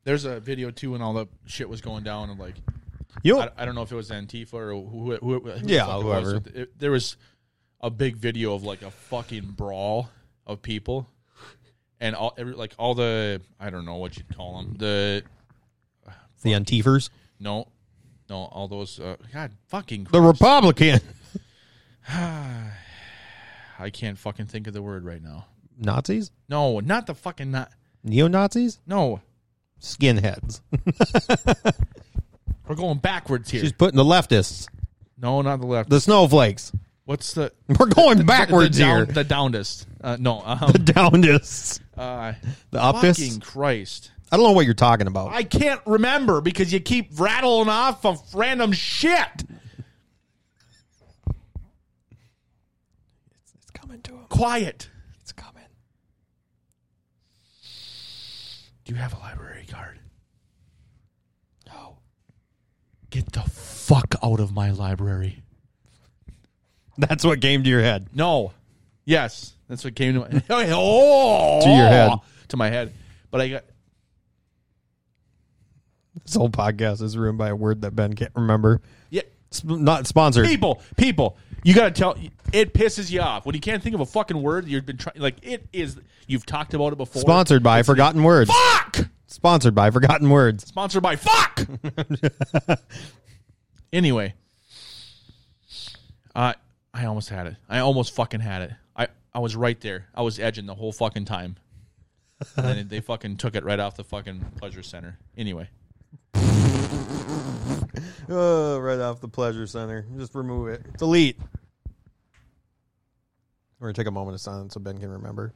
B: There's a video too when all the shit was going down and like
A: You
B: I, I don't know if it was Antifa or who, who, who, who the
A: Yeah,
B: fuck it
A: whoever.
B: Was. It- there was a big video of like a fucking brawl of people, and all every like all the I don't know what you'd call them the
A: the Antifers,
B: no no all those uh, God fucking
A: the
B: Christ.
A: Republican
B: I can't fucking think of the word right now.
A: Nazis,
B: No, not the fucking not
A: neo Nazis,
B: no.
A: skinheads.
B: We're going backwards here.
A: She's putting the leftists,
B: No, not the left.
A: the snowflakes.
B: What's the
A: We're going backwards
B: the down-
A: here.
B: The downest. Uh, no. Um,
A: The downest,
B: uh,
A: the optists.
B: fucking Christ!
A: I don't know what you're talking about.
B: I can't remember because you keep rattling off of random shit.
A: It's coming to him.
B: Quiet.
A: It's coming.
B: Do you have a library card?
A: No.
B: Get the fuck out of my library.
A: That's what came to your head.
B: No. Yes, that's what came to my oh
A: To your head.
B: to my head. But I got
A: This whole podcast is ruined by a word that Ben can't remember.
B: yeah.
A: Sp- not sponsored.
B: People, people, you gotta tell. It pisses you off when you can't think of a fucking word. You've been trying. Like it is. You've talked about it before.
A: Sponsored by Forgotten Words.
B: Fuck.
A: Sponsored by Forgotten Words.
B: sponsored by fuck anyway i i almost had it i almost fucking had it i i was right there i was edging the whole fucking time and then they fucking took it right off the fucking pleasure center anyway
A: Oh, right off the pleasure center. Just remove it. Delete. We're gonna take a moment of silence so Ben can remember.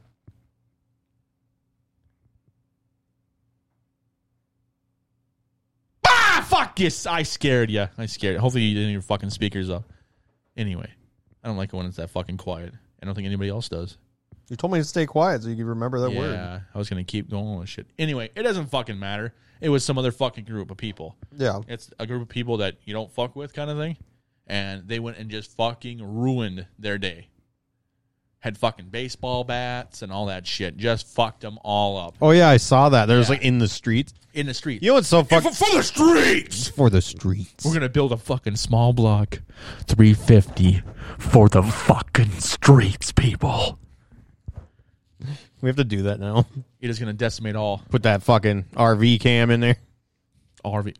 B: ah fuck yes i scared you i scared you. hopefully you didn't hear fucking speakers up anyway i don't like it when it's that fucking quiet i don't think anybody else does
A: You told me to stay quiet so you could remember that
B: yeah
A: word.
B: i was gonna keep going with shit anyway it doesn't fucking matter it was some other fucking group of people
A: Yeah.
B: it's a group of people that you don't fuck with kind of thing and they went and just fucking ruined their day had fucking baseball bats and all that shit just fucked them all up
A: Oh yeah, I saw that. There's like in the streets.
B: in the street
A: You know what's so fuck
C: For, for the streets!
A: for the streets.
B: we're gonna build a fucking small block 350 for the fucking streets people
A: We have to do that now.
B: it is gonna decimate all
A: Put that fucking RV cam in there.
B: rv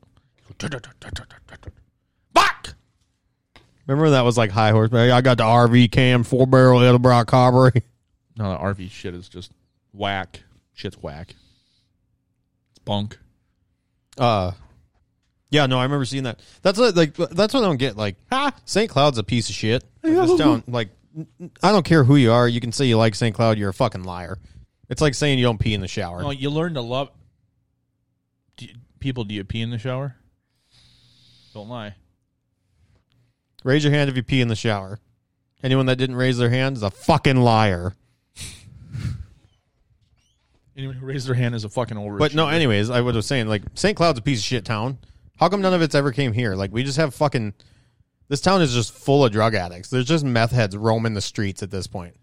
C: Fuck!
A: Remember when that was like high horsepower? I got the RV cam, four barrel Edelbrock carburetor.
B: no the rv shit is just whack shit's whack it's bunk
A: Uh, Yeah, no, I remember seeing that. That's what, like that's what I don't get. Like St. Cloud's a piece of shit. I just don't like. I don't care who you are. You can say you like St. Cloud. You're a fucking liar. It's like saying you don't pee in the shower.
B: No, you learn to love. Do you- people, do you pee in the shower? Don't lie.
A: Raise your hand if you pee in the shower. Anyone that didn't raise their hand is a fucking liar.
B: Anyone who raised their hand is a fucking over.
A: But no, anyways, I would have saying like St. Cloud's a piece of shit town. How come none of it's ever came here? Like we just have fucking this town is just full of drug addicts. There's just meth heads roaming the streets at this point.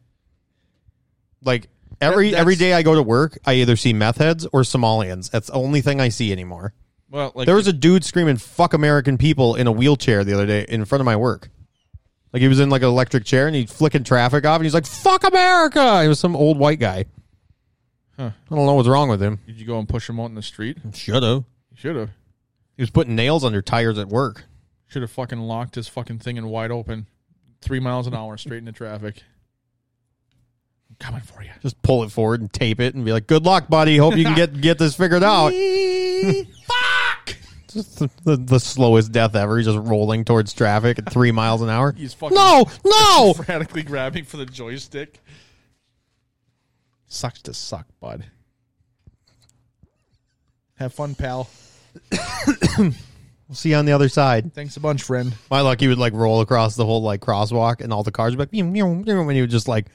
A: Like every
B: that's-
A: every day I go to work, I either see meth heads or Somalians. That's the only thing I see anymore.
B: well, like
A: There was a dude screaming "fuck American people" in a wheelchair the other day in front of my work. Like he was in like an electric chair and he flicking traffic off and he's like "fuck America." He was some old white guy.
B: Huh.
A: I don't know what's wrong with him.
B: did you go and push him out in the street?
A: Should have.
B: Should have.
A: He was putting nails under tires at work.
B: Should have fucking locked his fucking thing in wide open, three miles an hour straight into traffic. I'm coming for you.
A: Just pull it forward and tape it and be like, "Good luck, buddy. Hope you can get get this figured out."
B: Fuck!
A: Just the, the, the slowest death ever. He's just rolling towards traffic at three miles an hour.
B: He's fucking
A: No, no.
B: frantically grabbing for the joystick. Sucks to suck, bud. Have fun, pal.
A: We'll see you on the other side.
B: Thanks a bunch, friend.
A: My lucky would like roll across the whole like crosswalk and all the cars would be like, meow, meow, meow, and he would just like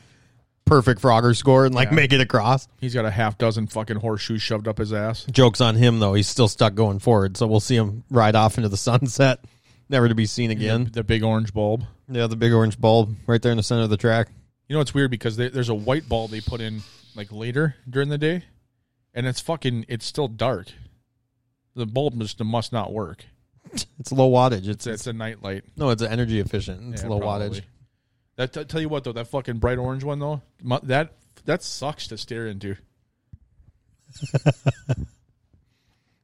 A: perfect Frogger score and like make it across.
B: He's got a half dozen fucking horseshoes shoved up his ass.
A: Joke's on him though. He's still stuck going forward. So we'll see him ride off into the sunset, never to be seen
B: The,
A: again.
B: the big orange bulb.
A: Yeah, the big orange bulb right there in the center of the track.
B: You know it's weird because they, there's a white bulb they put in like later during the day, and it's fucking it's still dark. The bulb just must not work.
A: It's low wattage.
B: It's it's a night light.
A: No, it's energy efficient. It's
B: Yeah,
A: low wattage.
B: probably. That t- tell you what though, that fucking bright orange one though, mu- that that sucks to stare into.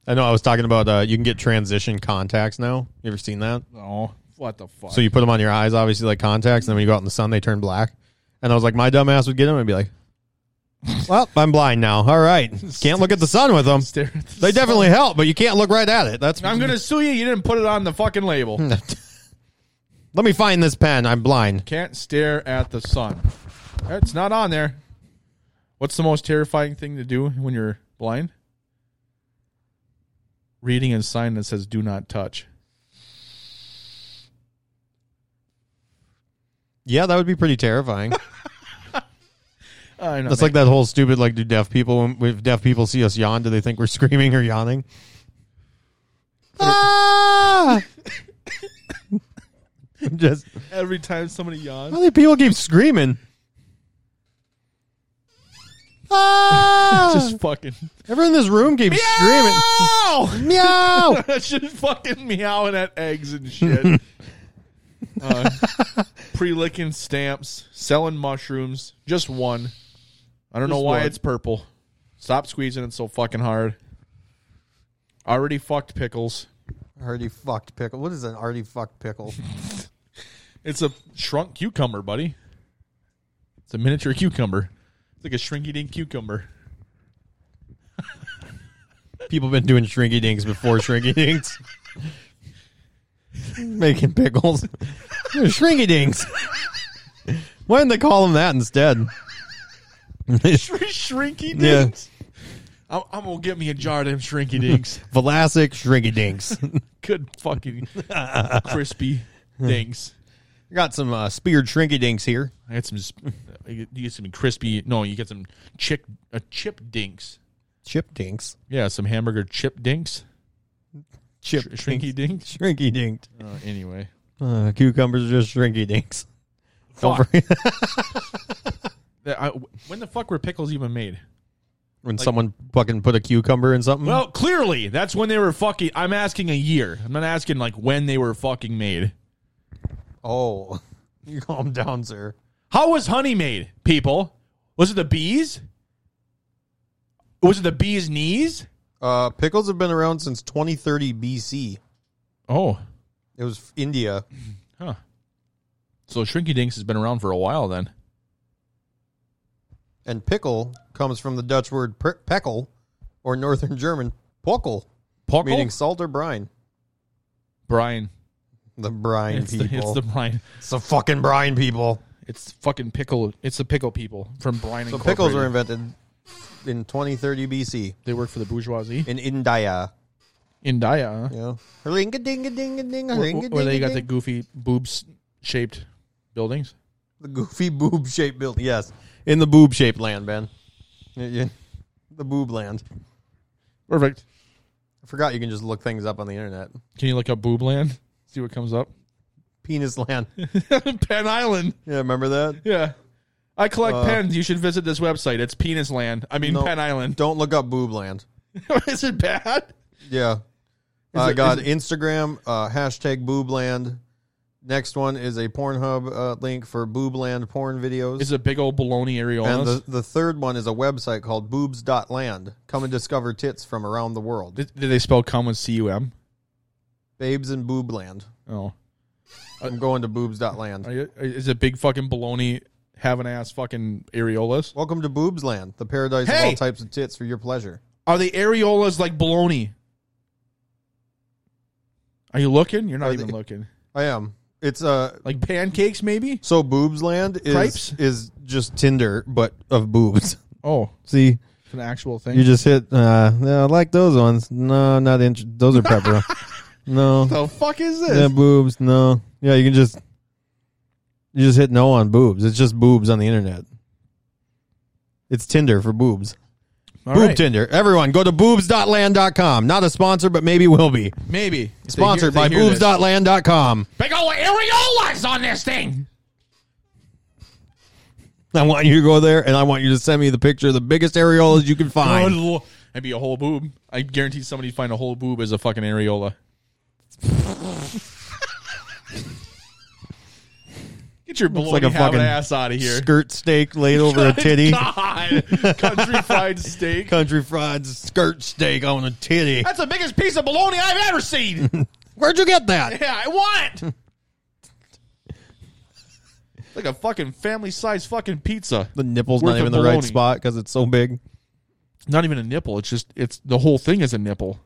A: I know. I was talking about uh, you can get transition contacts now. You ever seen that?
B: Oh, what the fuck?
A: So you put them on your eyes, obviously like contacts, and then when you go out in the sun, they turn black. And I was like, my dumb ass would get them and be like, "Well, I'm blind now. All right, can't look at the sun with them.
B: stare. At the
A: They definitely help, but you can't look right at it. That's
B: I'm gonna sue you. You didn't put it on the fucking label.
A: Let me find this pen. I'm blind.
B: Can't stare at the sun. It's not on there. What's the most terrifying thing to do when you're blind? Reading a sign that says "Do not touch."
A: Yeah, that would be pretty terrifying.
B: I know.
A: That's like that whole stupid like, do deaf people when if deaf people see us yawn, do they think we're screaming or yawning? Ah! Just
B: every time somebody yawns.
A: how do people keep screaming? Ah!
B: Just fucking.
A: everyone in this room keeps screaming. Meow!
B: That's just fucking meowing at eggs and shit. uh, Pre licking stamps, selling mushrooms, just one. I don't know
A: Just
B: why
A: one.
B: it's purple. Stop squeezing it so fucking hard. Already fucked pickles.
A: Already fucked pickle. What is an already fucked pickle?
B: It's a shrunk cucumber, buddy. It's a miniature cucumber. It's like a shrinky dink cucumber.
A: People been doing shrinky dinks before shrinky dinks. Making pickles. shrinky dinks. Why didn't they call them that instead?
B: shrinky
A: Yeah.
B: dinks. I'm, I'm gonna get me a jar of them shrinky dinks.
A: Velasic shrinky dinks.
B: Good fucking crispy dinks.
A: Got some uh, speared shrinky dinks here.
B: I had some. You get some crispy. No, you get some chick uh, chip dinks.
A: Chip dinks.
B: Yeah, some hamburger chip dinks.
A: Chip
B: Sh- shrinky dinks.
A: Shrinky dinked.
B: Uh, anyway,
A: Uh, cucumbers are just shrinky dinks. Don't
B: Fuck.
A: forget-
B: That- I- when the fuck were pickles even made?
A: when someone fucking put a cucumber in something.
B: Well, clearly that's when they were fucking. I'm asking a year. I'm not asking like when they were fucking made.
A: oh, you calm down, sir.
B: How was honey made, people? Was it the bees? Was it the bees' knees?
A: Uh, pickles have been around since 2030 BC.
B: Oh,
A: It was India.
B: huh. So Shrinky Dinks has been around for a while then.
A: And pickle comes from the Dutch word pe- peckel, or Northern German pockel,
B: Puckle?
A: meaning salt or brine.
B: Brian.
A: The brine
B: It's the,
A: people.
B: it's the Brian.
A: It's the fucking brine people.
B: It's fucking pickle. It's the pickle people from Brian.
A: So pickles were
B: Incorporated.
A: invented in 2030 BC
B: They work for the bourgeoisie
A: in India.
B: in Daya.
A: Yeah. Ring a ding a ding a ding a
B: Where,
A: ring a
B: where they
A: ding
B: got the
A: a
B: goofy boobs shaped buildings.
A: The goofy boob shaped building. Yes. In the boob shaped land, Ben. Yeah, yeah. The boob land.
B: Perfect.
A: I forgot you can just look things up on the internet.
B: Can you look up boob land? See what comes up.
A: Penis land. Yeah,
B: Penn Island.
A: remember that?
B: Yeah. I collect
A: Uh,
B: pens. You should visit this website. It's Penis Land. I mean,
A: No.
B: Penn Island.
A: Don't look up boob land.
B: is it bad?
A: Yeah. I
B: it-
A: got Instagram, uh, hashtag boobland. Next one is a Pornhub uh, link for boobland porn videos.
B: Is it big old baloney areolas?
A: And the, the third one is a website called boobs.land. Come and discover tits from around the world.
B: did, did they spell cum with C U M?
A: Babes in boobland.
B: Oh.
A: I'm going to boobs.land.
B: Are you, is it big fucking baloney having ass fucking areolas?
A: Welcome to boobsland, the paradise of
B: Hey!
A: all types of tits for your pleasure.
B: Are the areolas like baloney? Are you looking? You're not
A: Are
B: even
A: they-
B: looking.
A: I am. It's uh
B: Like pancakes, maybe?
A: so boobsland is
B: Cripes?
A: is just Tinder but of boobs.
B: Oh,
A: See,
B: it's an actual thing.
A: you just hit uh yeah, I like those ones. No, not int- those are pepper. no.
B: the fuck is this?
A: Yeah, boobs. No. Yeah, you can just you just hit no on boobs. It's just boobs on the internet. It's Tinder for boobs.
B: All
A: Boob
B: right.
A: Tinder. Everyone go to boobs.land.com. Not a sponsor, but maybe will be.
B: Maybe. If they hear-
A: Sponsored
B: if they
A: by
B: hear this.
A: boobs.land.com.
C: Big ol' areolas on this thing.
A: I want you to go there and I want you to send me the picture of the biggest areolas you can
B: Good
A: find.
B: lord. That'd be a whole boob. I guarantee somebody'd find a whole boob as a fucking areola. Get your baloney
A: like a
B: having
A: fucking
B: ass out of here.
A: Skirt steak laid over a titty.
B: God, country fried steak.
A: Country fried skirt steak on a titty.
B: That's the biggest piece of baloney I've ever seen.
A: Where'd you get that?
B: yeah, I want it. like a fucking family sized fucking pizza.
A: The nipple's
B: Worth
A: not even
B: of
A: the right
B: baloney.
A: spot because it's so big.
B: Not even a nipple. It's just it's the whole thing is a nipple.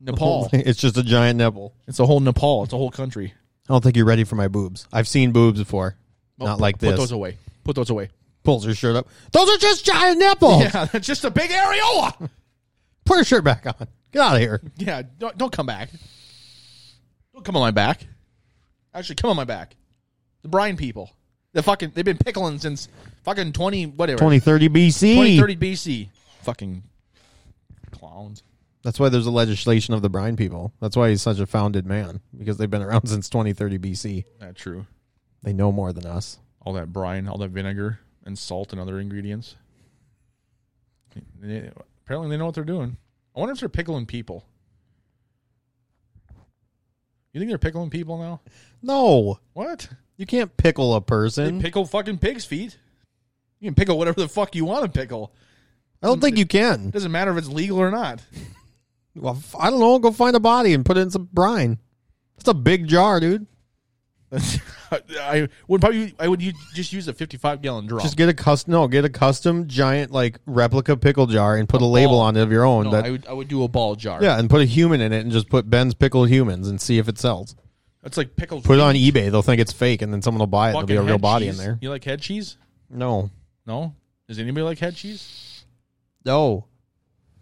B: Nepal.
A: It's just a giant nipple.
B: It's a whole Nepal. It's a whole country.
A: I don't think you're ready for my boobs. I've seen boobs before.
B: Oh,
A: Not
B: put-
A: like
B: Put
A: this.
B: those away. Put those away.
A: Pulls her shirt up. Those are just giant nipples.
B: Yeah, that's just a big areola.
A: Put her shirt back on. Get out of here.
B: Yeah, don't, don't come back. Don't come on my back. Actually, come on my back. The brine people. The fucking they've been pickling since fucking twenty whatever
A: 2030 BC.
B: 2030 BC. Fucking clowns.
A: That's why there's a legislation of the brine people. That's why he's such a founded man because they've been around since 2030 BC.
B: Not true.
A: They know more than us.
B: All that brine, all that vinegar and salt and other ingredients. They- apparently, they know what they're doing. I wonder if they're pickling people. You think they're pickling people now?
A: No,
B: What?
A: you can't pickle a
B: They
A: person.
B: pickle fucking pig's feet. You can pickle whatever the fuck you want to pickle.
A: I don't think you can.
B: doesn't matter if it's legal or not.
A: Well, f- I don't know. Go find a body and put it in some brine. That's a big jar, dude.
B: I would probably I would u- just use a 55 gallon drum.
A: Just get a custom. No, get a custom giant like replica pickle jar and put a label
B: ball.
A: on it of your own.
B: Oh. no,
A: that
B: I would I would do a ball jar.
A: Yeah, and put a human in it and just put Ben's pickled humans and see if it sells.
B: That's like pickled
A: Put it on eBay. They'll think it's fake and then someone will buy it. There'll
B: fucking
A: be a real
B: head
A: body
B: cheese.
A: in there.
B: You like head cheese?
A: No.
B: No. Does anybody like head cheese?
A: No.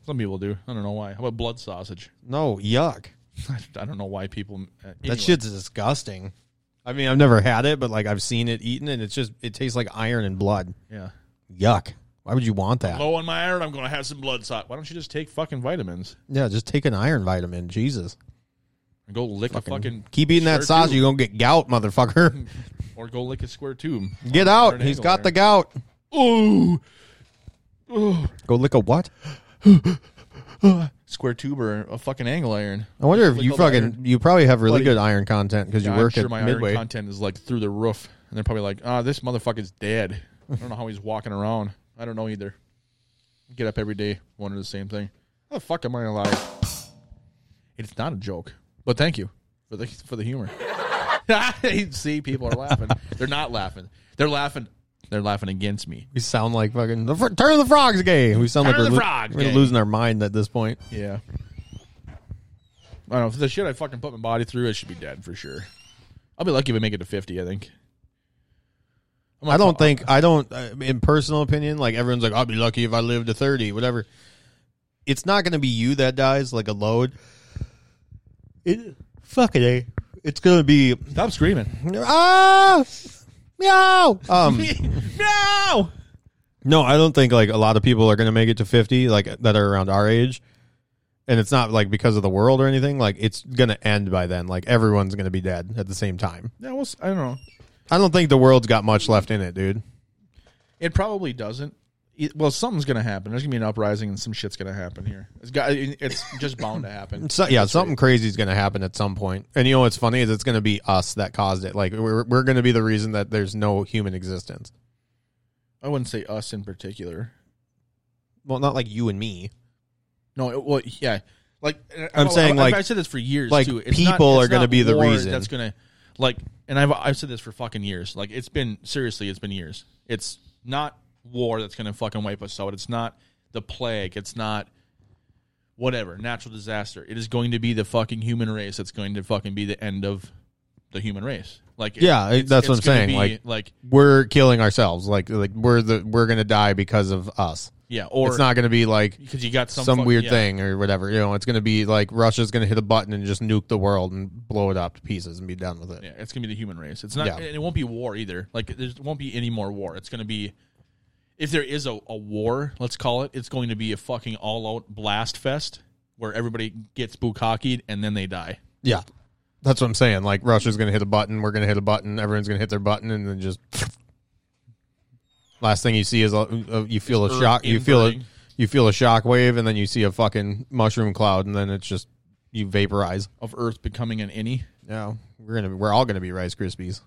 B: Some people do. I don't know why. How about blood sausage?
A: No. Yuck.
B: I don't know why people. Uh, anyway.
A: That shit's disgusting. I mean, I've never had it, but like I've seen it eaten and it's just, it tastes like iron and blood.
B: Yeah.
A: Yuck. Why would you want that?
B: Low on my iron. I'm gonna have some blood sausage. Why don't you just take fucking vitamins
A: Yeah, just take an iron vitamin. Jesus.
B: and go lick a fucking
A: Keep eating that
B: square
A: sausage.
B: tube.
A: You're going to get gout, motherfucker.
B: or go lick a square tube.
A: get
B: an
A: out. He's
B: angle
A: got the
B: there.
A: gout.
B: Ooh.
A: Go lick a what?
B: square tube or a fucking angle iron.
A: I wonder if
B: Lick
A: you
B: all the
A: fucking,
B: iron.
A: you probably have really
B: Buddy.
A: good iron content because
B: Yeah,
A: you work
B: I'm sure
A: at
B: my
A: Midway.
B: iron content is like through the roof, and they're probably like, "Ah, this motherfucker's dead." I don't know how he's walking around. I don't know either. Get up every day, wonder the same thing. How the fuck am I alive? It's not a joke, but thank you for the for the humor. See, people are laughing. They're not laughing. They're laughing. They're laughing against me.
A: We sound like fucking the fr- turn of the frogs gay. We sound
B: Turn
A: like
B: of
A: we're,
B: the
A: lo-
B: Frogs
A: we're
B: Gay.
A: losing our mind at this point.
B: Yeah. I don't know. For the shit I fucking put my body through, I should be dead for sure. I'll be lucky if I make it to 50, I think. I'm
A: I don't
B: fu-
A: think I don't. uh, In personal opinion, like everyone's like, I'll be lucky if I live to thirty, whatever. It's not going to be you that dies like a load. It fucking a. It's going to be
B: Stop screaming.
A: ah meow. Um,
B: no!
A: no, I don't think like a lot of people are going to make it to fifty, like that are around our age. And it's not like because of the world or anything. Like it's going to end by then. Like everyone's going to be dead at the same time.
B: Yeah, well, s- I don't know.
A: I don't think the world's got much left in it, dude.
B: It probably doesn't. It- well, something's going to happen. There's going to be an uprising and some shit's going to happen here. It's, got, it's just bound to happen.
A: So, yeah, something crazy is going to happen at some point. And you know what's funny is it's going to be us that caused it. Like we're we're going to be the reason that there's no human existence.
B: I wouldn't say us in particular.
A: Well, not like you and me.
B: No, it, well, yeah. Like uh,
A: I'm saying, like-
B: I said this for years.
A: like,
B: too.
A: people are gonna
B: not
A: be the
B: war
A: reason.
B: that's gonna like. And I've I've said this for fucking years. Like it's been seriously, it's been years. It's not war that's gonna fucking wipe us out. It's not the plague. It's not whatever natural disaster. It is going to be the fucking human race that's going to fucking be the end of the human race. Like it-
A: Yeah,
B: it's-
A: that's what
B: it's
A: I'm
B: gonna
A: saying,
B: be,
A: like-
B: like
A: We're killing ourselves. Like like we're the we're going to die because of us.
B: yeah, or
A: it's not going to be like
B: because you got some,
A: some,
B: fuck-
A: weird
B: yeah.
A: thing or whatever. You know, it's going to be like Russia's going to hit a button and just nuke the world and blow it up to pieces and be done with it.
B: Yeah, it's gonna be the human race. It's not,
A: Yeah.
B: and it won't be war either. Like there won't be any more war. It's gonna be, if there is a, a war, let's call it, it's going to be a fucking all out blast fest where everybody gets bukakied and then they die.
A: Yeah. That's what I'm saying. Like Russia's going to hit a button, we're going to hit a button, everyone's going to hit their button and then just last thing you see is a, a- you feel a
B: Earth
A: shock, you feel a,
B: inverting.
A: you feel a shock wave and then you see a fucking mushroom cloud and then it's just you vaporize.
B: Of Earth becoming an innie.
A: Yeah. We're going to we're all going to be Rice Krispies.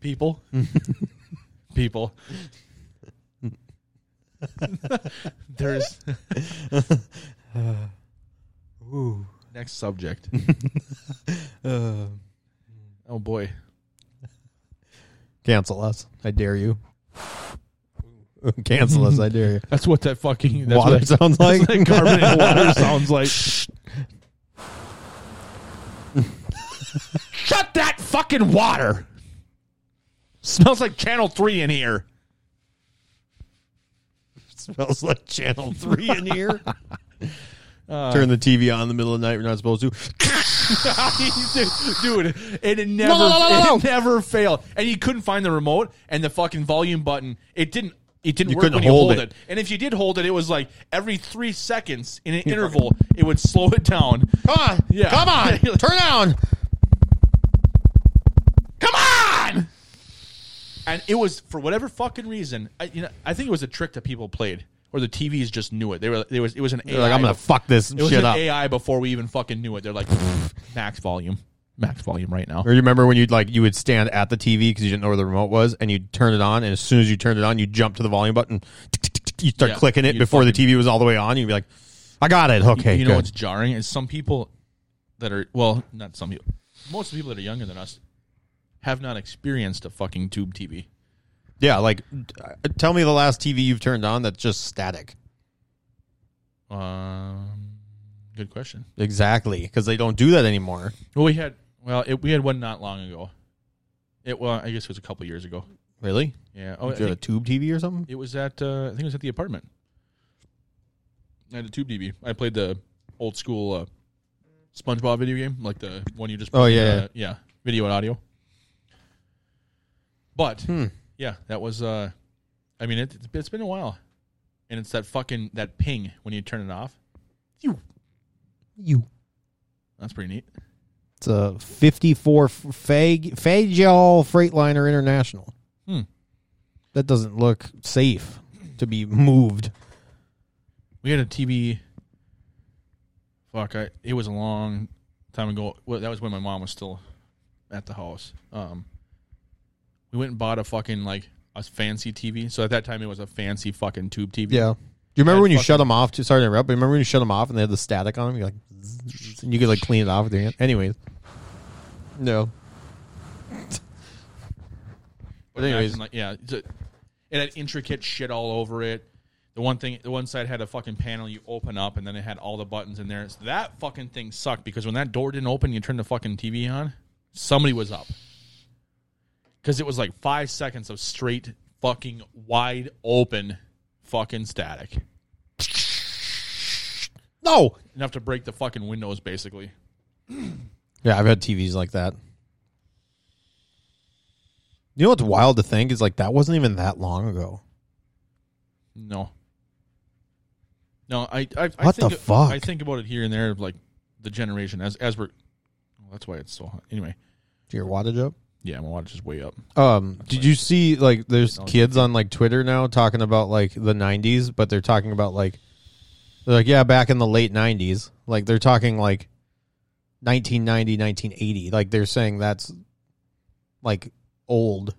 B: People, people. There's next subject. Oh boy.
A: Cancel us. I dare you. Cancel us, I dare you.
B: That's what that fucking that's
A: Water
B: what that,
A: sounds like.
B: that's what that carbonated water sounds like. Shut that fucking water. Smells like Channel Three in here.
A: smells like channel 3 in here. Turn the TV on in the middle of the night. We're not supposed to.
B: Dude, it had never
A: No, no, no, no,
B: it never failed. And you couldn't find the remote and the fucking volume button. It didn't it didn't
A: You
B: work
A: couldn't
B: when you
A: hold
B: hold
A: it.
B: it. And if you did hold it, it was like every three seconds in an interval, it would slow it down.
A: Come on.
B: Yeah.
A: Come on. Turn on.
B: Come on! And it was for whatever fucking reason. I, you know, I think it was a trick that people played, or the TVs just knew it. They were, it was, it was an AI.
A: They're like, I'm going to fuck this
B: it was
A: shit
B: an
A: up.
B: AI before we even fucking knew it. They're like, max volume, max volume right now.
A: Or you remember when you'd like you would stand at the TV because you didn't know where the remote was, and you'd turn it on, and as soon as you turned it on, you jump to the volume button, you start
B: Yeah,
A: clicking it
B: you'd
A: before the TV was all the way on. You'd be like, "I got it, okay."
B: you know
A: good."
B: what's jarring is some people that are well, not some people, most of the people that are younger than us have not experienced a fucking tube TV.
A: yeah, like uh, tell me the last TV you've turned on that's just static.
B: Um, good question.
A: Exactly, because they don't do that anymore.
B: Well, we had well, it, we had one not long ago. It well, I guess it was a couple years ago.
A: Really?
B: Yeah. Oh, I
A: Did you have a tube
B: think
A: TV or something?
B: it was at uh, I think it was at the apartment. I had a tube DB. I played the old school uh, SpongeBob video game, like the one you just.
A: Oh,
B: played,
A: yeah,
B: uh, yeah. Video and audio. But yeah, that was. Uh, I mean, it, it's been a while, and it's that fucking that ping when you turn it off. You.
A: You.
B: That's pretty neat.
A: It's a 54 Fag Fagel Freightliner International.
B: Hmm.
A: That doesn't look safe to be moved.
B: We had a TV. Fuck, I, it was a long time ago. Well, that was when my mom was still at the house. Um, we went and bought a fucking like a fancy TV. So at that time, it was a fancy fucking tube TV.
A: Yeah. Do you remember
B: Had
A: when you
B: fucking-
A: shut them off? Too, sorry to interrupt, but remember when you shut them off and they had the static on them? You're like, zzz, and you could like clean it off with your hand. Anyways, No.
B: But
A: Anyways.
B: imagine, like, yeah, it's a- it had intricate shit all over it. The one thing, the one side had a fucking panel you open up, and then it had all the buttons in there. So that fucking thing sucked because when that door didn't open, you turned the fucking TV on, somebody was up. Because it was like five seconds of straight fucking wide open fucking static,
A: No.
B: enough to break the fucking windows basically.
A: Yeah, I've had TVs like that. You know what's wild to think is like that wasn't even that long ago.
B: No. No, I I, I
A: What
B: think,
A: the fuck?
B: I think about it here and there of like the generation as as we're well, that's why it's so hot. Anyway,
A: Do your wattage up?
B: yeah, my watch is way up.
A: Um, did you see like there's
B: Technology.
A: kids on like Twitter now talking about like the 90s, but they're talking about like they're like yeah, back in the late 90s. Like they're talking like 1990, 1980. Like they're saying that's like old.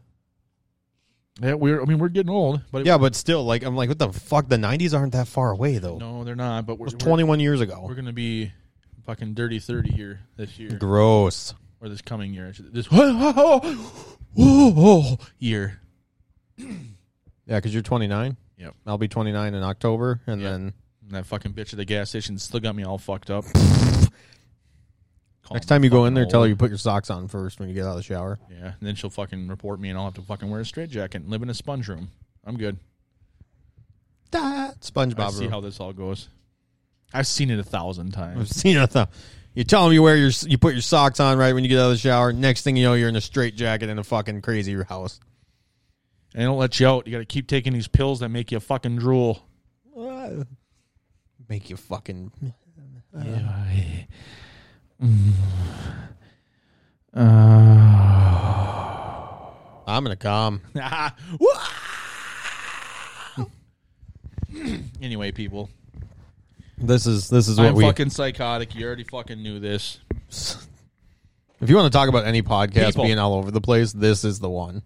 B: Yeah, we're I mean we're getting old, but it-
A: Yeah, but still like I'm like what the fuck the 90s aren't that far away though.
B: no, they're not. But
A: it
B: we're
A: was
B: we're-
A: 21 years
B: We're,
A: ago.
B: gonna be fucking dirty thirty here this year
A: Gross.
B: or this coming year. I should- This whoa year.
A: Yeah, cuz you're 29.
B: Yep.
A: I'll be 29 in October and
B: Yeah.
A: then
B: And that fucking bitch at the gas station still got me all fucked up. Call
A: next
B: me
A: time you go in
B: fucking
A: there tell
B: old.
A: her you put your socks on first when you get out of the shower.
B: Yeah, and then she'll fucking report me, and I'll have to fucking wear a straitjacket and live in a sponge room. I'm good.
A: Da,
B: I
A: SpongeBob.
B: see
A: rule.
B: how this all goes. I've seen it a thousand times.
A: I've seen it. Though. You tell them you wear your you put your socks on right when you get out of the shower. Next thing you know, you're in a straight jacket in a fucking crazy house.
B: And they don't let you out. You got to keep taking these pills that make you fucking drool.
A: Make you fucking. I'm gonna calm.
B: anyway, people,
A: This is this is what
B: I'm
A: we.
B: fucking psychotic. You already fucking knew this.
A: if you want to talk about any podcast
B: People.
A: being all over the place, this is the one.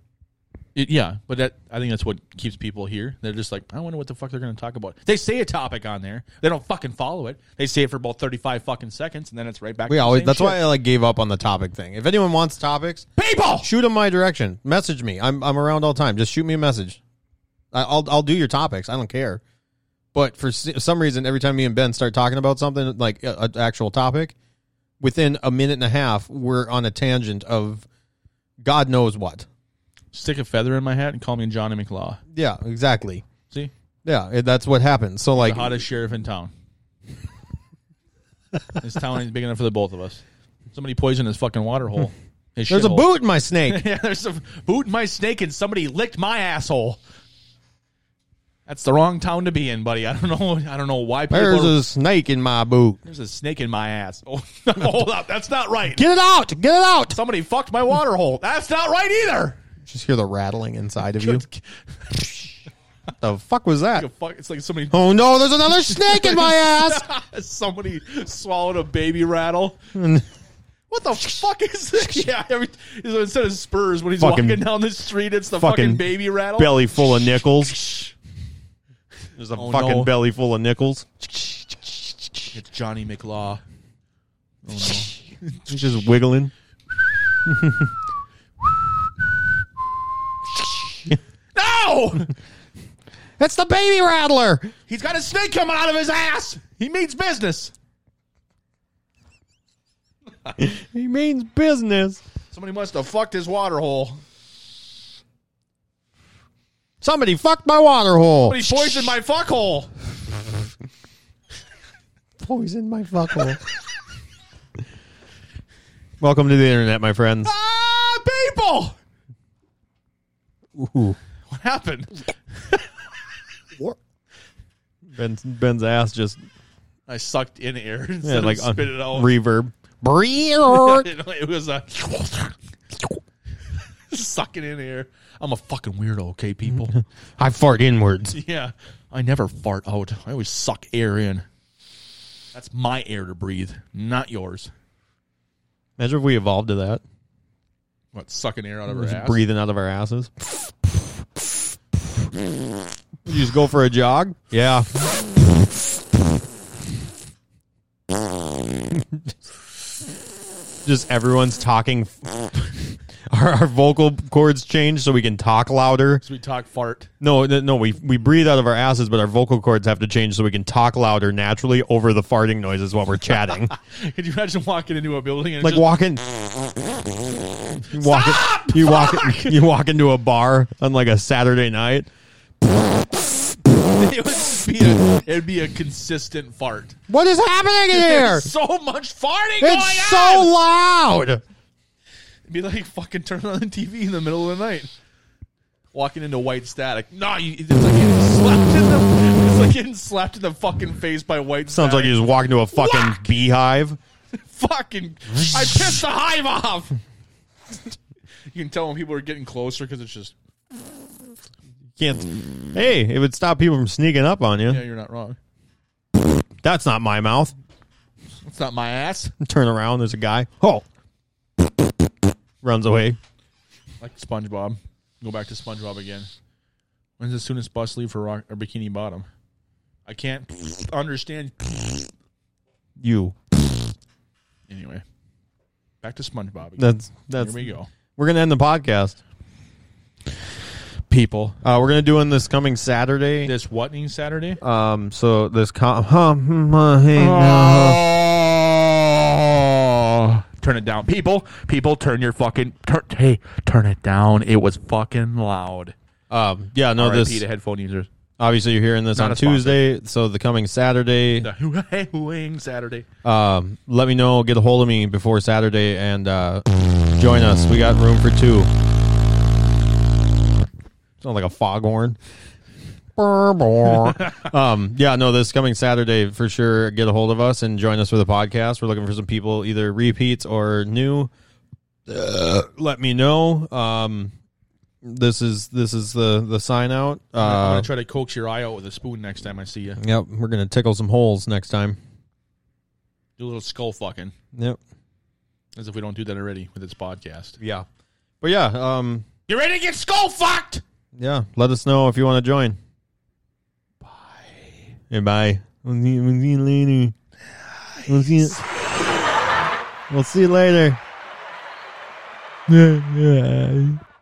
B: It- yeah, but that I think that's what keeps people here. They're just like, I wonder what the fuck they're going to talk about. They say a topic on there, they don't fucking follow it. They say it for about thirty five fucking seconds, and then it's right back.
A: We
B: to the
A: always.
B: same
A: That's
B: shit.
A: why I like gave up on the topic thing. If anyone wants topics,
B: people.
A: shoot them my direction. Message me. I'm I'm around all time. Just shoot me a message. I, I'll I'll do your topics. I don't care. But for s- some reason, every time me and Ben start talking about something like an actual topic, within a minute and a half, we're on a tangent of God knows what.
B: Stick a feather in my hat and call me Johnny McLaw.
A: Yeah, exactly.
B: See,
A: Yeah, it- that's what happens. So
B: the
A: like,
B: hottest sheriff in town. this town ain't big enough for the both of us. Somebody poisoned his fucking water hole. His
A: there's a
B: shithole.
A: boot in my snake.
B: yeah, there's a boot in my snake, and somebody licked my asshole. That's the wrong town to be in, buddy. I don't know. I don't know why. People
A: There's
B: are-
A: a snake in my boot.
B: there's a snake in my ass. Oh, no, hold up, that's not right.
A: Get it out! Get it out!
B: Somebody fucked my water hole. That's not right either.
A: Just hear the rattling inside of you. the fuck was
B: You
A: that?
B: fuck- It's like somebody
A: Oh no! There's another snake in my ass.
B: Somebody swallowed a baby rattle. what the fuck is this? Yeah, every, so instead of Spurs, when he's
A: Fucking-
B: walking down the street, it's the fucking,
A: fucking
B: baby rattle.
A: belly full of nickels. There's a
B: Oh,
A: fucking
B: no.
A: belly full of nickels.
B: It's Johnny McLaw.
A: It's just wiggling.
B: No!
A: That's the baby rattler.
B: he's got a snake coming out of his ass. He means business.
A: He means business.
B: Somebody must have fucked his water hole.
A: Somebody fucked my water hole.
B: But he poisoned my fuck hole.
A: Poisoned my fuck hole. Welcome to the internet, my friends.
B: Ah, people!
A: Ooh.
B: What happened?
A: Ben's, Ben's ass just
B: I sucked in air instead
A: yeah, like
B: of spit it out.
A: reverb.
B: You know, it was a sucking in air. I'm a fucking weirdo, okay, people?
A: I fart inwards.
B: yeah. I never fart out. I always suck air in. That's my air to breathe, not yours.
A: Imagine if we evolved to that.
B: What, sucking air out of her
A: Just
B: ass?
A: breathing out of our asses. you just go for a jog? Yeah. just just everyone's talking. our, our vocal cords change so we can talk louder.
B: So we talk fart.
A: No, th- no, we we breathe out of our asses, but our vocal cords have to change so we can talk louder naturally over the farting noises while we're chatting.
B: Could you imagine walking into a building and
A: like
B: like
A: walking, you walk, you walk, you walk into a bar on like a Saturday night.
B: it would be a, it'd be a consistent fart.
A: What is happening here?
B: There's so much farting going
A: It's
B: on.
A: so loud.
B: It'd be like fucking turning on the TV in the middle of the night. Walking into white static. No, you, it's like getting slapped in the it's like getting slapped in the fucking face by white
A: Sounds like you
B: static.
A: just walked into a fucking beehive.
B: fucking I pissed the hive off. you can tell when people are getting closer because it's just
A: Can't. Hey, it would stop people from sneaking up on you.
B: yeah, you're not wrong.
A: That's not my mouth.
B: It's not my ass.
A: Turn around. There's a guy. Oh, runs away.
B: Like SpongeBob. Go back to SpongeBob again. When's the soonest bus leave for Rock or Bikini Bottom? I can't understand.
A: You.
B: Anyway, back to SpongeBob. Again.
A: That's that's.
B: Here we go.
A: We're gonna end the podcast.
B: People,
A: Uh, we're gonna do one this coming Saturday.
B: this what means Saturday?
A: Um, so this com- hum, hum, uh, hey,
B: Oh,
A: no.
B: Turn it down, people. People, turn your fucking tur- hey, turn it down. It was fucking loud.
A: um, yeah, no,
B: RIP
A: this
B: to headphone users.
A: obviously you're hearing this
B: Not
A: on
B: a sponsor.
A: Tuesday. So the coming Saturday,
B: The wing Saturday.
A: um, let me know, get a hold of me before Saturday, and uh, join us. We got room for two. Sounds like a foghorn. um, yeah, no, this coming Saturday for sure. Get a hold of us and join us for the podcast. We're looking for some people, either repeats or new. Uh, let me know. Um, this is this is the the sign out.
B: I'm
A: Uh,
B: gonna try to coax your eye out with a spoon next time I see you.
A: yep, we're gonna tickle some holes next time.
B: Do a little skull fucking,
A: Yep.
B: as if we don't do that already with this podcast.
A: Yeah. But yeah, um,
B: You ready to get skull fucked?
A: yeah, let us know if you want to join. Bye. Hey, bye. We'll see, we'll see you later. We'll see you, we'll see you later.